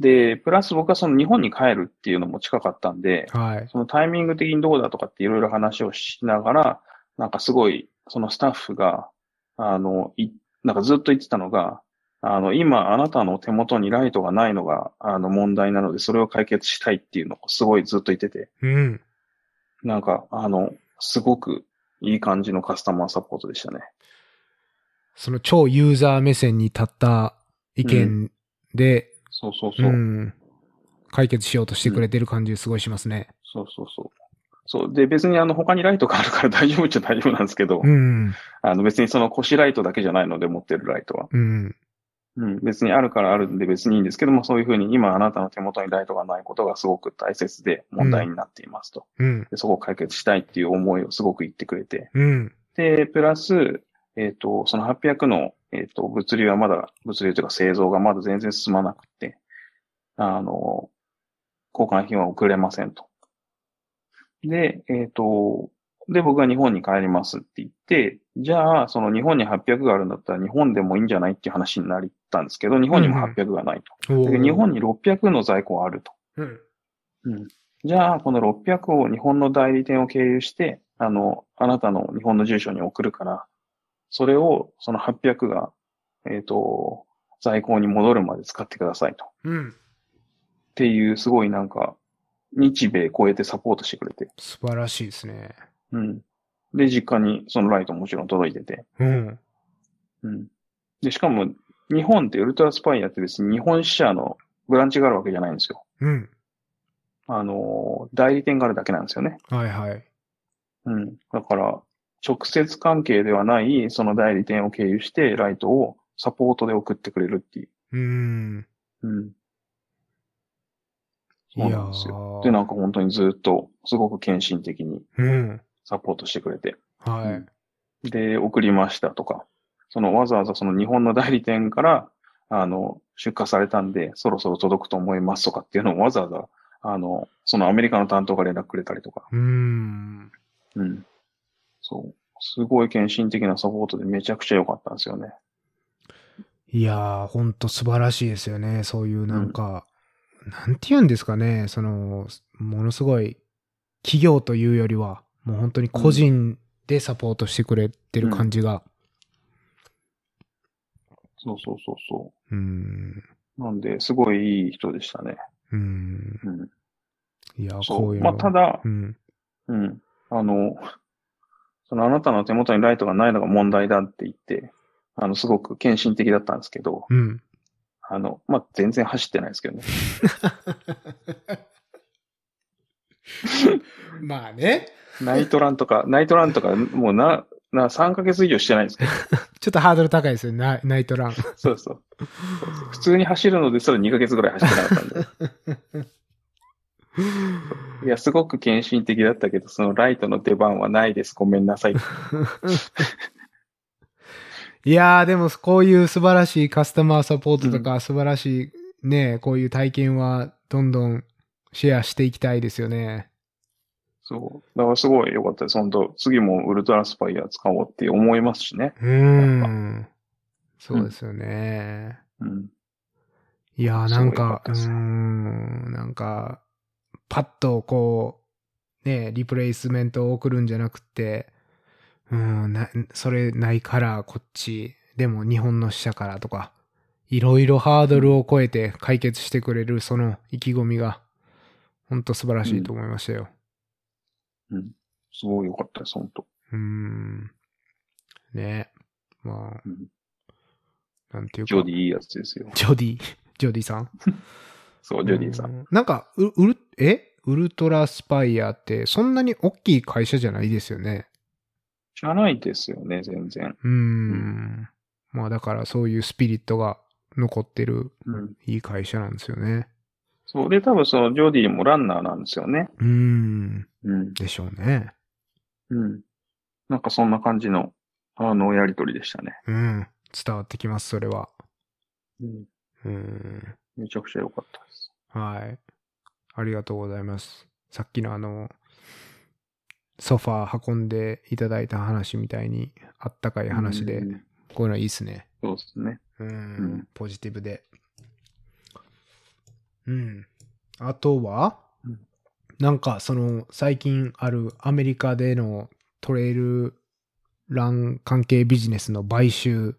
Speaker 1: で、プラス僕はその日本に帰るっていうのも近かったんで、
Speaker 2: はい。
Speaker 1: そのタイミング的にどうだとかっていろいろ話をしながら、なんかすごい、そのスタッフが、あの、い、なんかずっと言ってたのが、あの、今あなたの手元にライトがないのが、あの問題なので、それを解決したいっていうのをすごいずっと言ってて、
Speaker 2: うん。
Speaker 1: なんか、あの、すごくいい感じのカスタマーサポートでしたね。
Speaker 2: その超ユーザー目線に立った意見で、
Speaker 1: そうそう
Speaker 2: う
Speaker 1: そう。
Speaker 2: ん。解決しようとしてくれてる感じすごいしますね。
Speaker 1: そうそうそう。そう。で、別にあの、他にライトがあるから大丈夫っちゃ大丈夫なんですけど、
Speaker 2: うん。
Speaker 1: あの、別にその腰ライトだけじゃないので、持ってるライトは。
Speaker 2: うん。
Speaker 1: うん、別にあるからあるんで別にいいんですけども、そういうふうに今あなたの手元にライトがないことがすごく大切で問題になっていますと。
Speaker 2: うん。
Speaker 1: でそこを解決したいっていう思いをすごく言ってくれて。
Speaker 2: うん。
Speaker 1: で、プラス、えっ、と、その800の、えっ、と、物流はまだ、物流というか製造がまだ全然進まなくて、あの、交換品は送れませんと。で、えっ、と、で、僕が日本に帰りますって言って、じゃあ、その日本に800があるんだったら日本でもいいんじゃないっていう話になりったんですけど、日本にも800がないと。
Speaker 2: お
Speaker 1: で
Speaker 2: ー
Speaker 1: 日本に600の在庫があると。
Speaker 2: うん。
Speaker 1: じゃあ、この600を日本の代理店を経由して、あの、あなたの日本の住所に送るから、それを、その800が、えっ、と、在庫に戻るまで使ってくださいと。っ
Speaker 2: うん。
Speaker 1: ていう、すごいなんか、日米超えてサポートしてくれて。
Speaker 2: 素晴らしいですね。
Speaker 1: うん。で、実家にそのライトもちろん届いてて。
Speaker 2: うん。
Speaker 1: うん。で、しかも、日本ってウルトラスパイアって別に日本支社のブランチがあるわけじゃないんですよ。
Speaker 2: うん。
Speaker 1: あの、代理店があるだけなんですよね。
Speaker 2: はいはい。
Speaker 1: うん。だから、直接関係ではない、その代理店を経由して、ライトをサポートで送ってくれるっていう。
Speaker 2: うん。
Speaker 1: うん。
Speaker 2: い
Speaker 1: そう
Speaker 2: や
Speaker 1: なんですよ。で、
Speaker 2: ー
Speaker 1: なんか本当にずっと、すごく献身的に
Speaker 2: うん。
Speaker 1: サポートしてくれて。
Speaker 2: は
Speaker 1: で、送りましたとか。その、わざわざその日本の代理店から、あの、出荷されたんで、そろそろ届くと思いますとかっていうのをわざわざ、あの、そのアメリカの担当が連絡くれたりとか。
Speaker 2: い。うん。
Speaker 1: うん。そう。すごい献身的なサポートでめちゃくちゃ良かったんですよね。
Speaker 2: いやー、ほんと素晴らしいですよね。そういうなんか、なんて言うんですかね。その、ものすごい、企業というよりは、もう本当に個人でサポートしてくれてる感じが。
Speaker 1: そうそうそうそう
Speaker 2: ーん。
Speaker 1: う。なんで、すごいいい人でしたね。
Speaker 2: うーん。
Speaker 1: うん。
Speaker 2: いやー、
Speaker 1: そ
Speaker 2: こう
Speaker 1: う。
Speaker 2: いう
Speaker 1: ま
Speaker 2: の。
Speaker 1: あ、ただ
Speaker 2: う、ん。
Speaker 1: うん。あの、そのあなたの手元にライトがないのが問題だって言って、あの、すごく献身的だったんですけど、
Speaker 2: うん。
Speaker 1: あの、まあ、全然走ってないですけどね。
Speaker 2: まあね。
Speaker 1: ナイトランとか、ナイトランとか、もうな、な、3ヶ月以上してないんですけど、
Speaker 2: ちょっとハードル高いですよね。ナイナイトラン。
Speaker 1: そうそう。そうそう普通に走るのですら2ヶ月ぐらい走ってなかったんで。 いや、すごく献身的だったけど、そのライトの出番はないです。ごめんなさい。
Speaker 2: いやー、でもこういう素晴らしいカスタマーサポートとか、素晴らしいね、こういう体験はどんどんシェアしていきたいですよね。
Speaker 1: そう。だからすごい良かったです。本当次もウルトラスパイア使おうって思いますしね。
Speaker 2: うーん。そうですよね。
Speaker 1: うん。
Speaker 2: いやー
Speaker 1: す
Speaker 2: な
Speaker 1: ごい
Speaker 2: んか、う
Speaker 1: 良かったです
Speaker 2: ーん、なんか、パッとこう、ね、リプレイスメントを送るんじゃなくて、うーん、な、それないからこっち、でも日本の死者からとか、いろいろハードルを超えて解決してくれるその意気込みが、ほんと素晴らしいと思いましたよ。
Speaker 1: すごい良かったです、本当
Speaker 2: うーん。ねまあ、
Speaker 1: うん
Speaker 2: なんていう
Speaker 1: ジ
Speaker 2: か。
Speaker 1: ョディいいやつですよ。
Speaker 2: ジョディ。ジョデ ィさん
Speaker 1: そう、ジョディさん。
Speaker 2: う。なんか、う、うる、えウルトラスパイアって、そんなに大きい会社じゃないですよね。
Speaker 1: じゃないですよね、全然。
Speaker 2: うーん。まあだから、そういうスピリットが残ってる
Speaker 1: うん。
Speaker 2: いい会社なんですよね。
Speaker 1: そう。で、多分そのジョディもランナーなんですよね。
Speaker 2: うーん。
Speaker 1: うん。
Speaker 2: でしょうね。
Speaker 1: うん。なんかそんな感じの、あの、やりとりでしたね。
Speaker 2: うん。伝わってきます、それは。
Speaker 1: うん。
Speaker 2: うーん。
Speaker 1: めちゃくちゃ良かったです。
Speaker 2: はい。ありがとうございます。さっきのあの、ソファー運んでいただいた話みたいに、あったかい話で、
Speaker 1: うん
Speaker 2: こういうのいいっすね。
Speaker 1: そうですね。
Speaker 2: うん、
Speaker 1: ん
Speaker 2: ポジティブで。うん。あとは、
Speaker 1: うん
Speaker 2: なんかその最近あるアメリカでのトレイルラン関係ビジネスの買収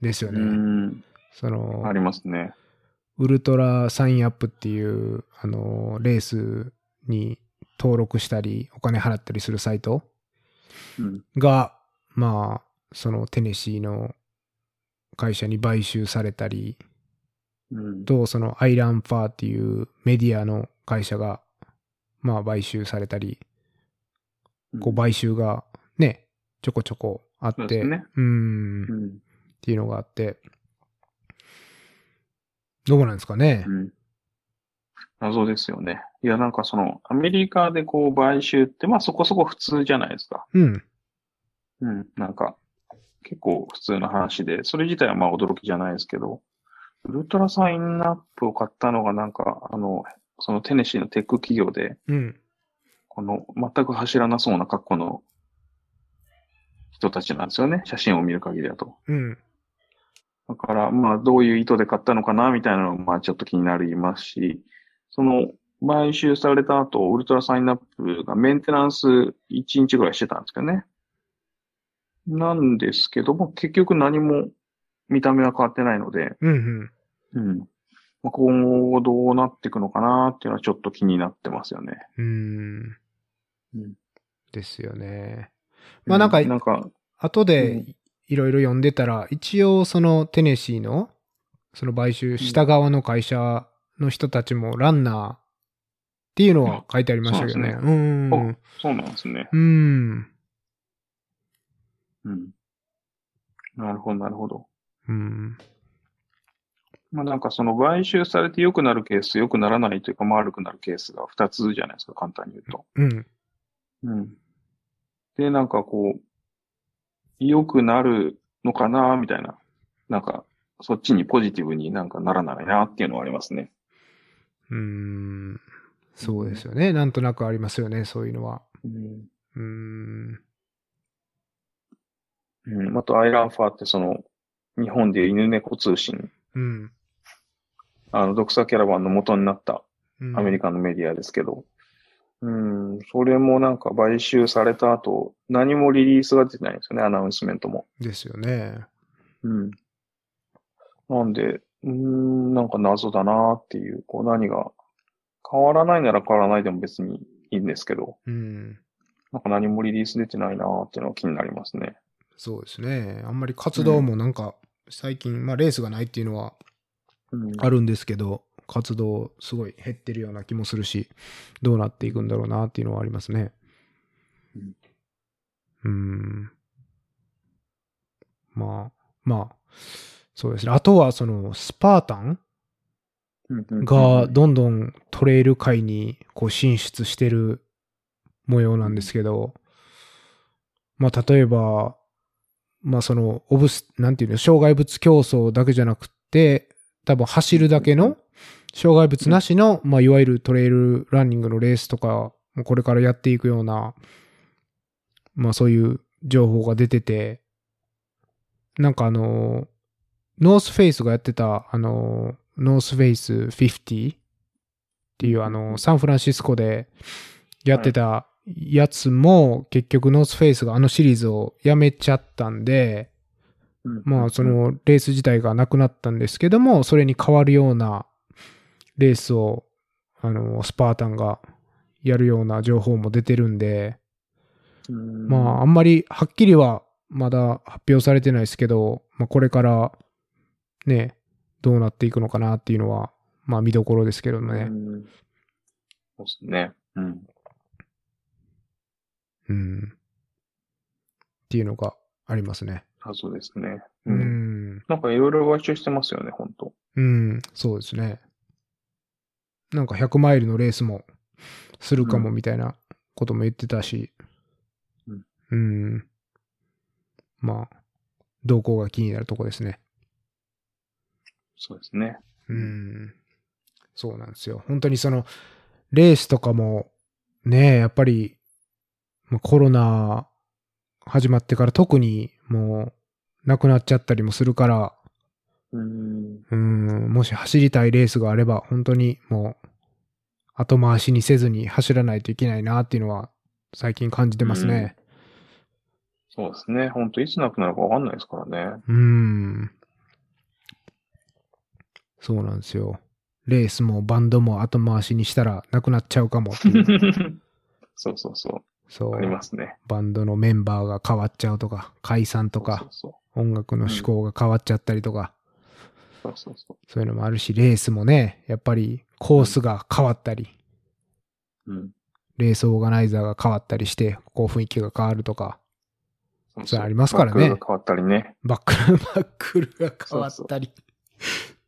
Speaker 2: ですよ
Speaker 1: う
Speaker 2: ね。
Speaker 1: ん。
Speaker 2: その、
Speaker 1: ありますね。
Speaker 2: ウルトラサインアップっていう、あの、レースに登録したり、お金払ったりするサイト
Speaker 1: うん。
Speaker 2: が、まあ、そのテネシーの会社に買収されたり、
Speaker 1: うん。
Speaker 2: と、そのアイランファーっていうメディアの会社が、まあ買収されたり、こう買収がね、ちょこちょこあって、
Speaker 1: そうですね
Speaker 2: ん、
Speaker 1: う
Speaker 2: っ
Speaker 1: ん。
Speaker 2: ていうのがあって、どうなんですかね
Speaker 1: う。ん。謎ですよね。いや、なんかその、アメリカでこう、買収って、まあそこそこ普通じゃないですか。
Speaker 2: うん、
Speaker 1: うん。なんか、結構普通の話で、それ自体はまあ驚きじゃないですけど、ウルトラサインアップを買ったのがなんか、あの、そのテネシーのテック企業で、
Speaker 2: うん、
Speaker 1: この全く走らなそうな格好の人たちなんですよね。写真を見る限りだと。
Speaker 2: うん、
Speaker 1: だから、まあ、どういう意図で買ったのかな、みたいなのも、まあ、ちょっと気になりますし、その、買収された後、ウルトラサインアップがメンテナンス1日ぐらいしてたんですけどね。なんですけども、結局何も見た目は変わってないので、
Speaker 2: うん、うん。
Speaker 1: うん。まあ、今後どうなっていくのかなっていうのはちょっと気になってますよね。
Speaker 2: うん
Speaker 1: うん
Speaker 2: ですよね。まあなんか
Speaker 1: うなんか、
Speaker 2: 後
Speaker 1: う
Speaker 2: で
Speaker 1: ん
Speaker 2: いろいろ読んでたら、一応そのテネシーのその買収した側の会社の人たちもランナーっていうのは書いてありましたけどね。
Speaker 1: そう
Speaker 2: うーん。
Speaker 1: そうなんですね。
Speaker 2: うーん。
Speaker 1: うん。なるほど、なるほど。
Speaker 2: うん。
Speaker 1: まあなんかその買収されて良くなるケース、良くならないというか、まあ悪くなるケースが2つじゃないですか、簡単に言うと。
Speaker 2: うん。
Speaker 1: うん。で、なんかこう、良くなるのかな、みたいな。なんか、そっちにポジティブになんかならないなっていうのはありますね。
Speaker 2: うーん。そうですよね。なんとなくありますよね、そういうのは。
Speaker 1: うん。
Speaker 2: うーん。
Speaker 1: うん。あと、アイランファーってその、日本でいう犬猫通信、
Speaker 2: うん。
Speaker 1: あの、ドクサキャラバンの元になった
Speaker 2: うん
Speaker 1: アメリカのメディアですけど、うん、それもなんか買収された後、何もリリースが出てないんですよね、アナウンスメントも。
Speaker 2: ですよね。
Speaker 1: うん。なんで、うん、なんか謎だなっていう、こう何が、変わらないなら変わらないでも別にいいんですけど、
Speaker 2: うん。
Speaker 1: なんか何もリリース出てないなっていうのは気になりますね。
Speaker 2: そうですね。あんまり活動もなんか、最近、まあレースがないっていうのは
Speaker 1: うん。
Speaker 2: あるんですけど、活動すごい減ってるような気もするし、どうなっていくんだろうなっていうのはありますね。
Speaker 1: うん
Speaker 2: うーん。まあ、まあ、そうですね。あとはそのスパータン
Speaker 1: うんうんうん
Speaker 2: がどんどんトレイル界にこう進出してる模様なんですけど、まあ例えば、まあその、オブス、なんていうの、障害物競争だけじゃなくて、多分走るだけ
Speaker 1: うん
Speaker 2: の、障害物なしの、まあいわゆるトレイルランニングのレースとか、もこれからやっていくような、まあそういう情報が出てて、なんかあの、ノースフェイスがやってた、あの、ノースフェイス50っていう、あの、サンフランシスコでやってたやつも、結局ノースフェイスがあのシリーズをやめちゃったんで、まあ、そ、のレース自体がなくなったんですけども、それに代わるようなレースを、あの、スパータンがやるような情報も出てるんで、まあ、あんまりはっきりはまだ発表されてないですけど、まあ、これからね、どうなっていくのかなっていうのは、まあ見どころですけど
Speaker 1: あ
Speaker 2: ね。
Speaker 1: そうですね。うん。
Speaker 2: うん。っていうのがありますね。
Speaker 1: あそうですね。
Speaker 2: う
Speaker 1: うん。
Speaker 2: ん。
Speaker 1: なんかいろいろ買収してますよね、本当
Speaker 2: うん、そうですね。なんか100マイルのレースもするかも
Speaker 1: うん
Speaker 2: みたいなことも言ってたし、
Speaker 1: うん
Speaker 2: うん。まあ、動向が気になるとこですね。
Speaker 1: そうですね。
Speaker 2: うん。そうなんですよ。本当にその、レースとかも、ねえ、やっぱり、まあコロナ始まってから特にもう、なくなっちゃったりもするから、
Speaker 1: うん。
Speaker 2: うん、もし走りたいレースがあれば、本当にもう、後回しにせずに走らないといけないなっていうのは、最近感じてますね。
Speaker 1: そうですね。本当いつなくなるかわかんないです からね。
Speaker 2: うん。そうなんですよ。レースもバンドも後回しにしたらなくなっちゃうかもっていう。
Speaker 1: そうそうそ。
Speaker 2: そう
Speaker 1: あり
Speaker 2: う
Speaker 1: ま。すね。
Speaker 2: バンドのメンバーが変わっちゃうとか、解散とか、
Speaker 1: そ
Speaker 2: 音楽の
Speaker 1: うん
Speaker 2: 趣向が変わっちゃったりとか、
Speaker 1: うそうそう。そうそうそ
Speaker 2: そういうのもあるし、レースもね、やっぱりコースが変わったり、
Speaker 1: う。うん。
Speaker 2: レースオーガナイザーが変わったりして、こう雰囲気が変わるとか、
Speaker 1: そう
Speaker 2: それありますからね
Speaker 1: バックが変わったりね。
Speaker 2: バックル、バックルが変わったり。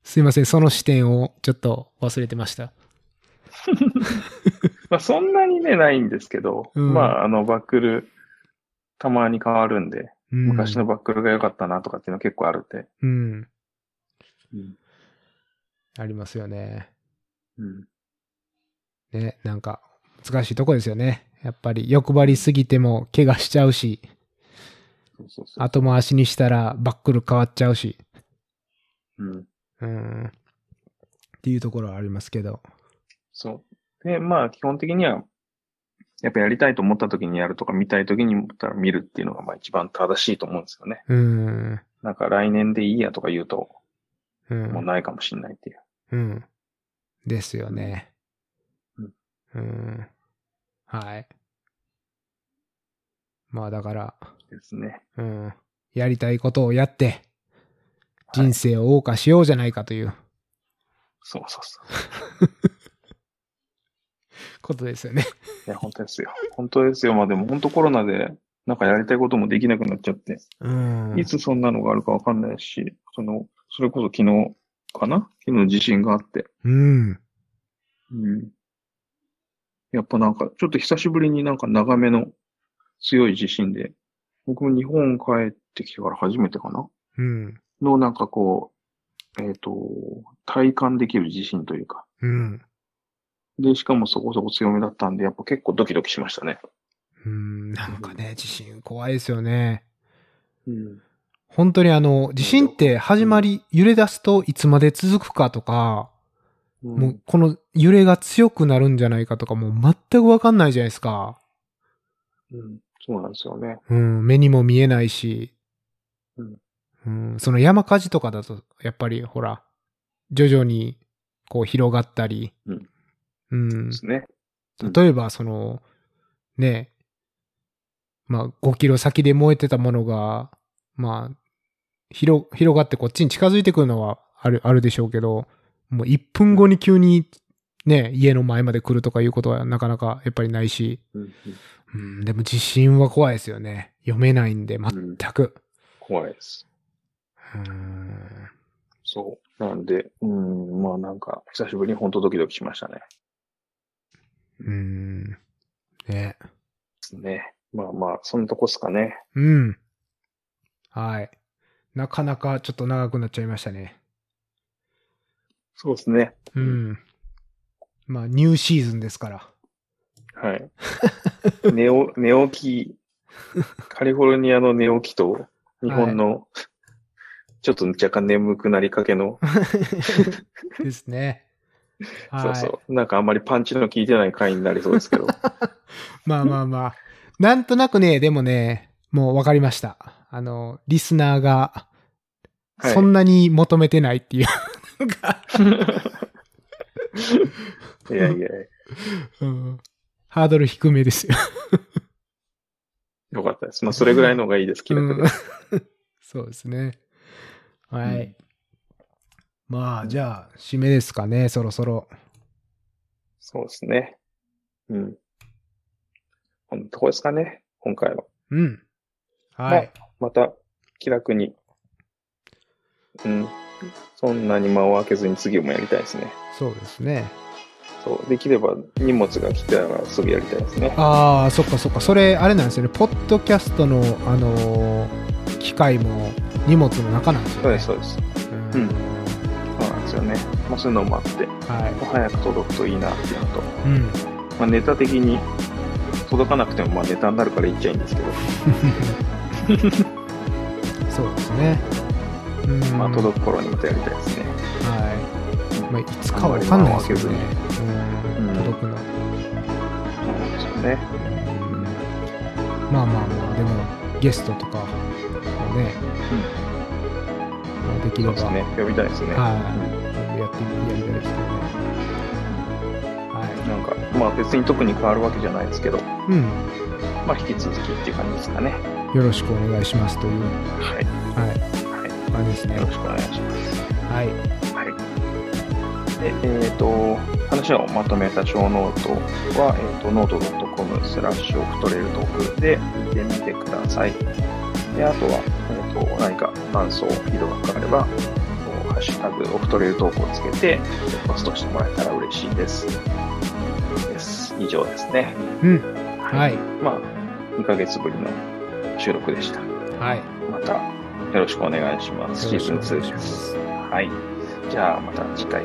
Speaker 2: すいません、その視点をちょっと忘れてました。
Speaker 1: まあそんなにね、ないんですけど、
Speaker 2: うん
Speaker 1: まああのバックル、たまに変わるんで、
Speaker 2: うん
Speaker 1: 昔のバックルが良かったなとかっていうのは結構あるんで。
Speaker 2: うん、
Speaker 1: うん。
Speaker 2: ありますよね。
Speaker 1: うん。
Speaker 2: ね、なんか、難しいとこですよね。やっぱり欲張りすぎても怪我しちゃうし、
Speaker 1: そうそうそう。
Speaker 2: 後回しにしたらバックル変わっちゃうし、
Speaker 1: うん。
Speaker 2: うん。っていうところはありますけど。
Speaker 1: そう。で、まあ基本的には、やっぱやりたいと思った時にやるとか、見たい時に思ったら見るっていうのがまあ一番正しいと思うんですよね。
Speaker 2: うん。
Speaker 1: なんか来年でいいやとか言うと、
Speaker 2: う。
Speaker 1: もうんないかもしれないっていう。
Speaker 2: うん。ですよね。
Speaker 1: うん。
Speaker 2: うん。はい。まあだから、
Speaker 1: ですね。
Speaker 2: うん。やりたいことをやって、人生を謳歌しようじゃないかという
Speaker 1: そうそうそ
Speaker 2: ことですよね。
Speaker 1: う。いや、本当ですよ。本当ですよ。まあでも本当コロナで、なんかやりたいこともできなくなっちゃって、
Speaker 2: うん。
Speaker 1: いつそんなのがあるかわかんないし、その、それこそ昨日かな昨日の地震があって、
Speaker 2: うん。
Speaker 1: うん。やっぱなんか、ちょっと久しぶりになんか長めの強い地震で、僕も日本帰ってきてから初めてかな
Speaker 2: うん。
Speaker 1: のなんかこう、えっ、と、体感できる地震というか。
Speaker 2: うん。
Speaker 1: で、しかもそこそこ強めだったんで、やっぱ結構ドキドキしましたね。
Speaker 2: うん。なんかね、地震怖いですよね。
Speaker 1: うん。
Speaker 2: 本当にあの、地震って始まり、揺れ出すといつまで続くかとか、もうこの揺れが強くなるんじゃないかとか、もう全くわかんないじゃないですか。
Speaker 1: うん、そうなんですよね。
Speaker 2: うん、目にも見えないし。
Speaker 1: うん
Speaker 2: うんその山火事とかだと、やっぱりほら、徐々にこう広がったり。
Speaker 1: うん
Speaker 2: うん
Speaker 1: ですね。うん
Speaker 2: 例えばその、ね、まあ5キロ先で燃えてたものが、まあ、広、広がってこっちに近づいてくるのはある、あるでしょうけど、もう1分後に急にね、家の前まで来るとかいうことはなかなかやっぱりないし、
Speaker 1: うんうん
Speaker 2: うん、でも地震は怖いですよね。読めないんで、全く。
Speaker 1: 怖いです。
Speaker 2: うん、
Speaker 1: そう。なんで、うん、まあなんか、久しぶりに本当ドキドキしましたね。で
Speaker 2: うん、ね。
Speaker 1: すね。まあまあ、そんなとこっすかね。
Speaker 2: うん。はい。なかなかちょっと長くなっちゃいましたね。
Speaker 1: そうですね。
Speaker 2: うん。まあ、ニューシーズンです から。
Speaker 1: はい。寝お寝起き、カリフォルニアの寝起きと、日本のちょっと若干眠くなりかけの、
Speaker 2: ですね。はい。
Speaker 1: そうそう。なんかあんまりパンチの効いてない回になりそうです けど。
Speaker 2: まあまあまあ。なんとなくね、でもね、もうわかりました。あの、リスナーが、
Speaker 1: はい
Speaker 2: そんなに求めてないっていう、なんか、
Speaker 1: いやいや、
Speaker 2: うんハードル低めですよ。
Speaker 1: よかったです。まあ、それぐらいの方がいいです、気楽で。
Speaker 2: うん そうですね。はい。
Speaker 1: うん
Speaker 2: まあ、じゃあ、締めですかね、そろそろ。
Speaker 1: そうですね。うん。こんなとこですかね、今回は。
Speaker 2: うん。はい。
Speaker 1: また、気楽に。うん。そんなに間を空けずに次もやりたいですね。
Speaker 2: そうですね。
Speaker 1: そう。できれば荷物が来たらすぐやりたいですね。
Speaker 2: ああ、そっかそっか。それ、あれなんですよね。ポッドキャストの、あのー機械も荷物の中なんですよね。
Speaker 1: そうです、そうです。
Speaker 2: う
Speaker 1: うんん。そうなんですよね。まあ、そういうのもあって、
Speaker 2: はい。
Speaker 1: 早く届くといいなっていうのと、
Speaker 2: うん。
Speaker 1: まあ、ネタ的に届かなくても、まあ、ネタになるから言っちゃいいんですけど、
Speaker 2: そうですね。うん。
Speaker 1: まあ、届く頃にまたやりたいですね。
Speaker 2: はい。まあ、いつかわかんないですけどね。うん。
Speaker 1: うん
Speaker 2: 届くの。
Speaker 1: そうなんですよね。
Speaker 2: まあまあまあ、でも、ゲストとか、ね、まあできれ
Speaker 1: そう
Speaker 2: ば、
Speaker 1: ですね。呼びたいですね。
Speaker 2: はい。やってみてやりたいですけどね。は
Speaker 1: なんか、まあ、別に特に変わるわけじゃないですけど、
Speaker 2: い。うん。
Speaker 1: まあ、引き続きっていう感じですかね。
Speaker 2: よろしくお願いしますという、
Speaker 1: はい。
Speaker 2: はい。感じですね
Speaker 1: よ。ろしくお願いします。
Speaker 2: はい。
Speaker 1: はい。でえっ、と、話をまとめた小ノートは、えっ、と、note.com スラッシュオフトレールトークで見てみてください。で、あとは、えっ、と、何か感想、フィードバックがあれば、えーとハッシュタグオフトレールトークをつけて、ポストしてもらえたら嬉しいです。です。以上ですね。
Speaker 2: うん。はい。
Speaker 1: まあ、2ヶ月ぶりの収録でした。
Speaker 2: はい。
Speaker 1: またよろしくお願いします。シーズン2です。はい。じゃあまた次回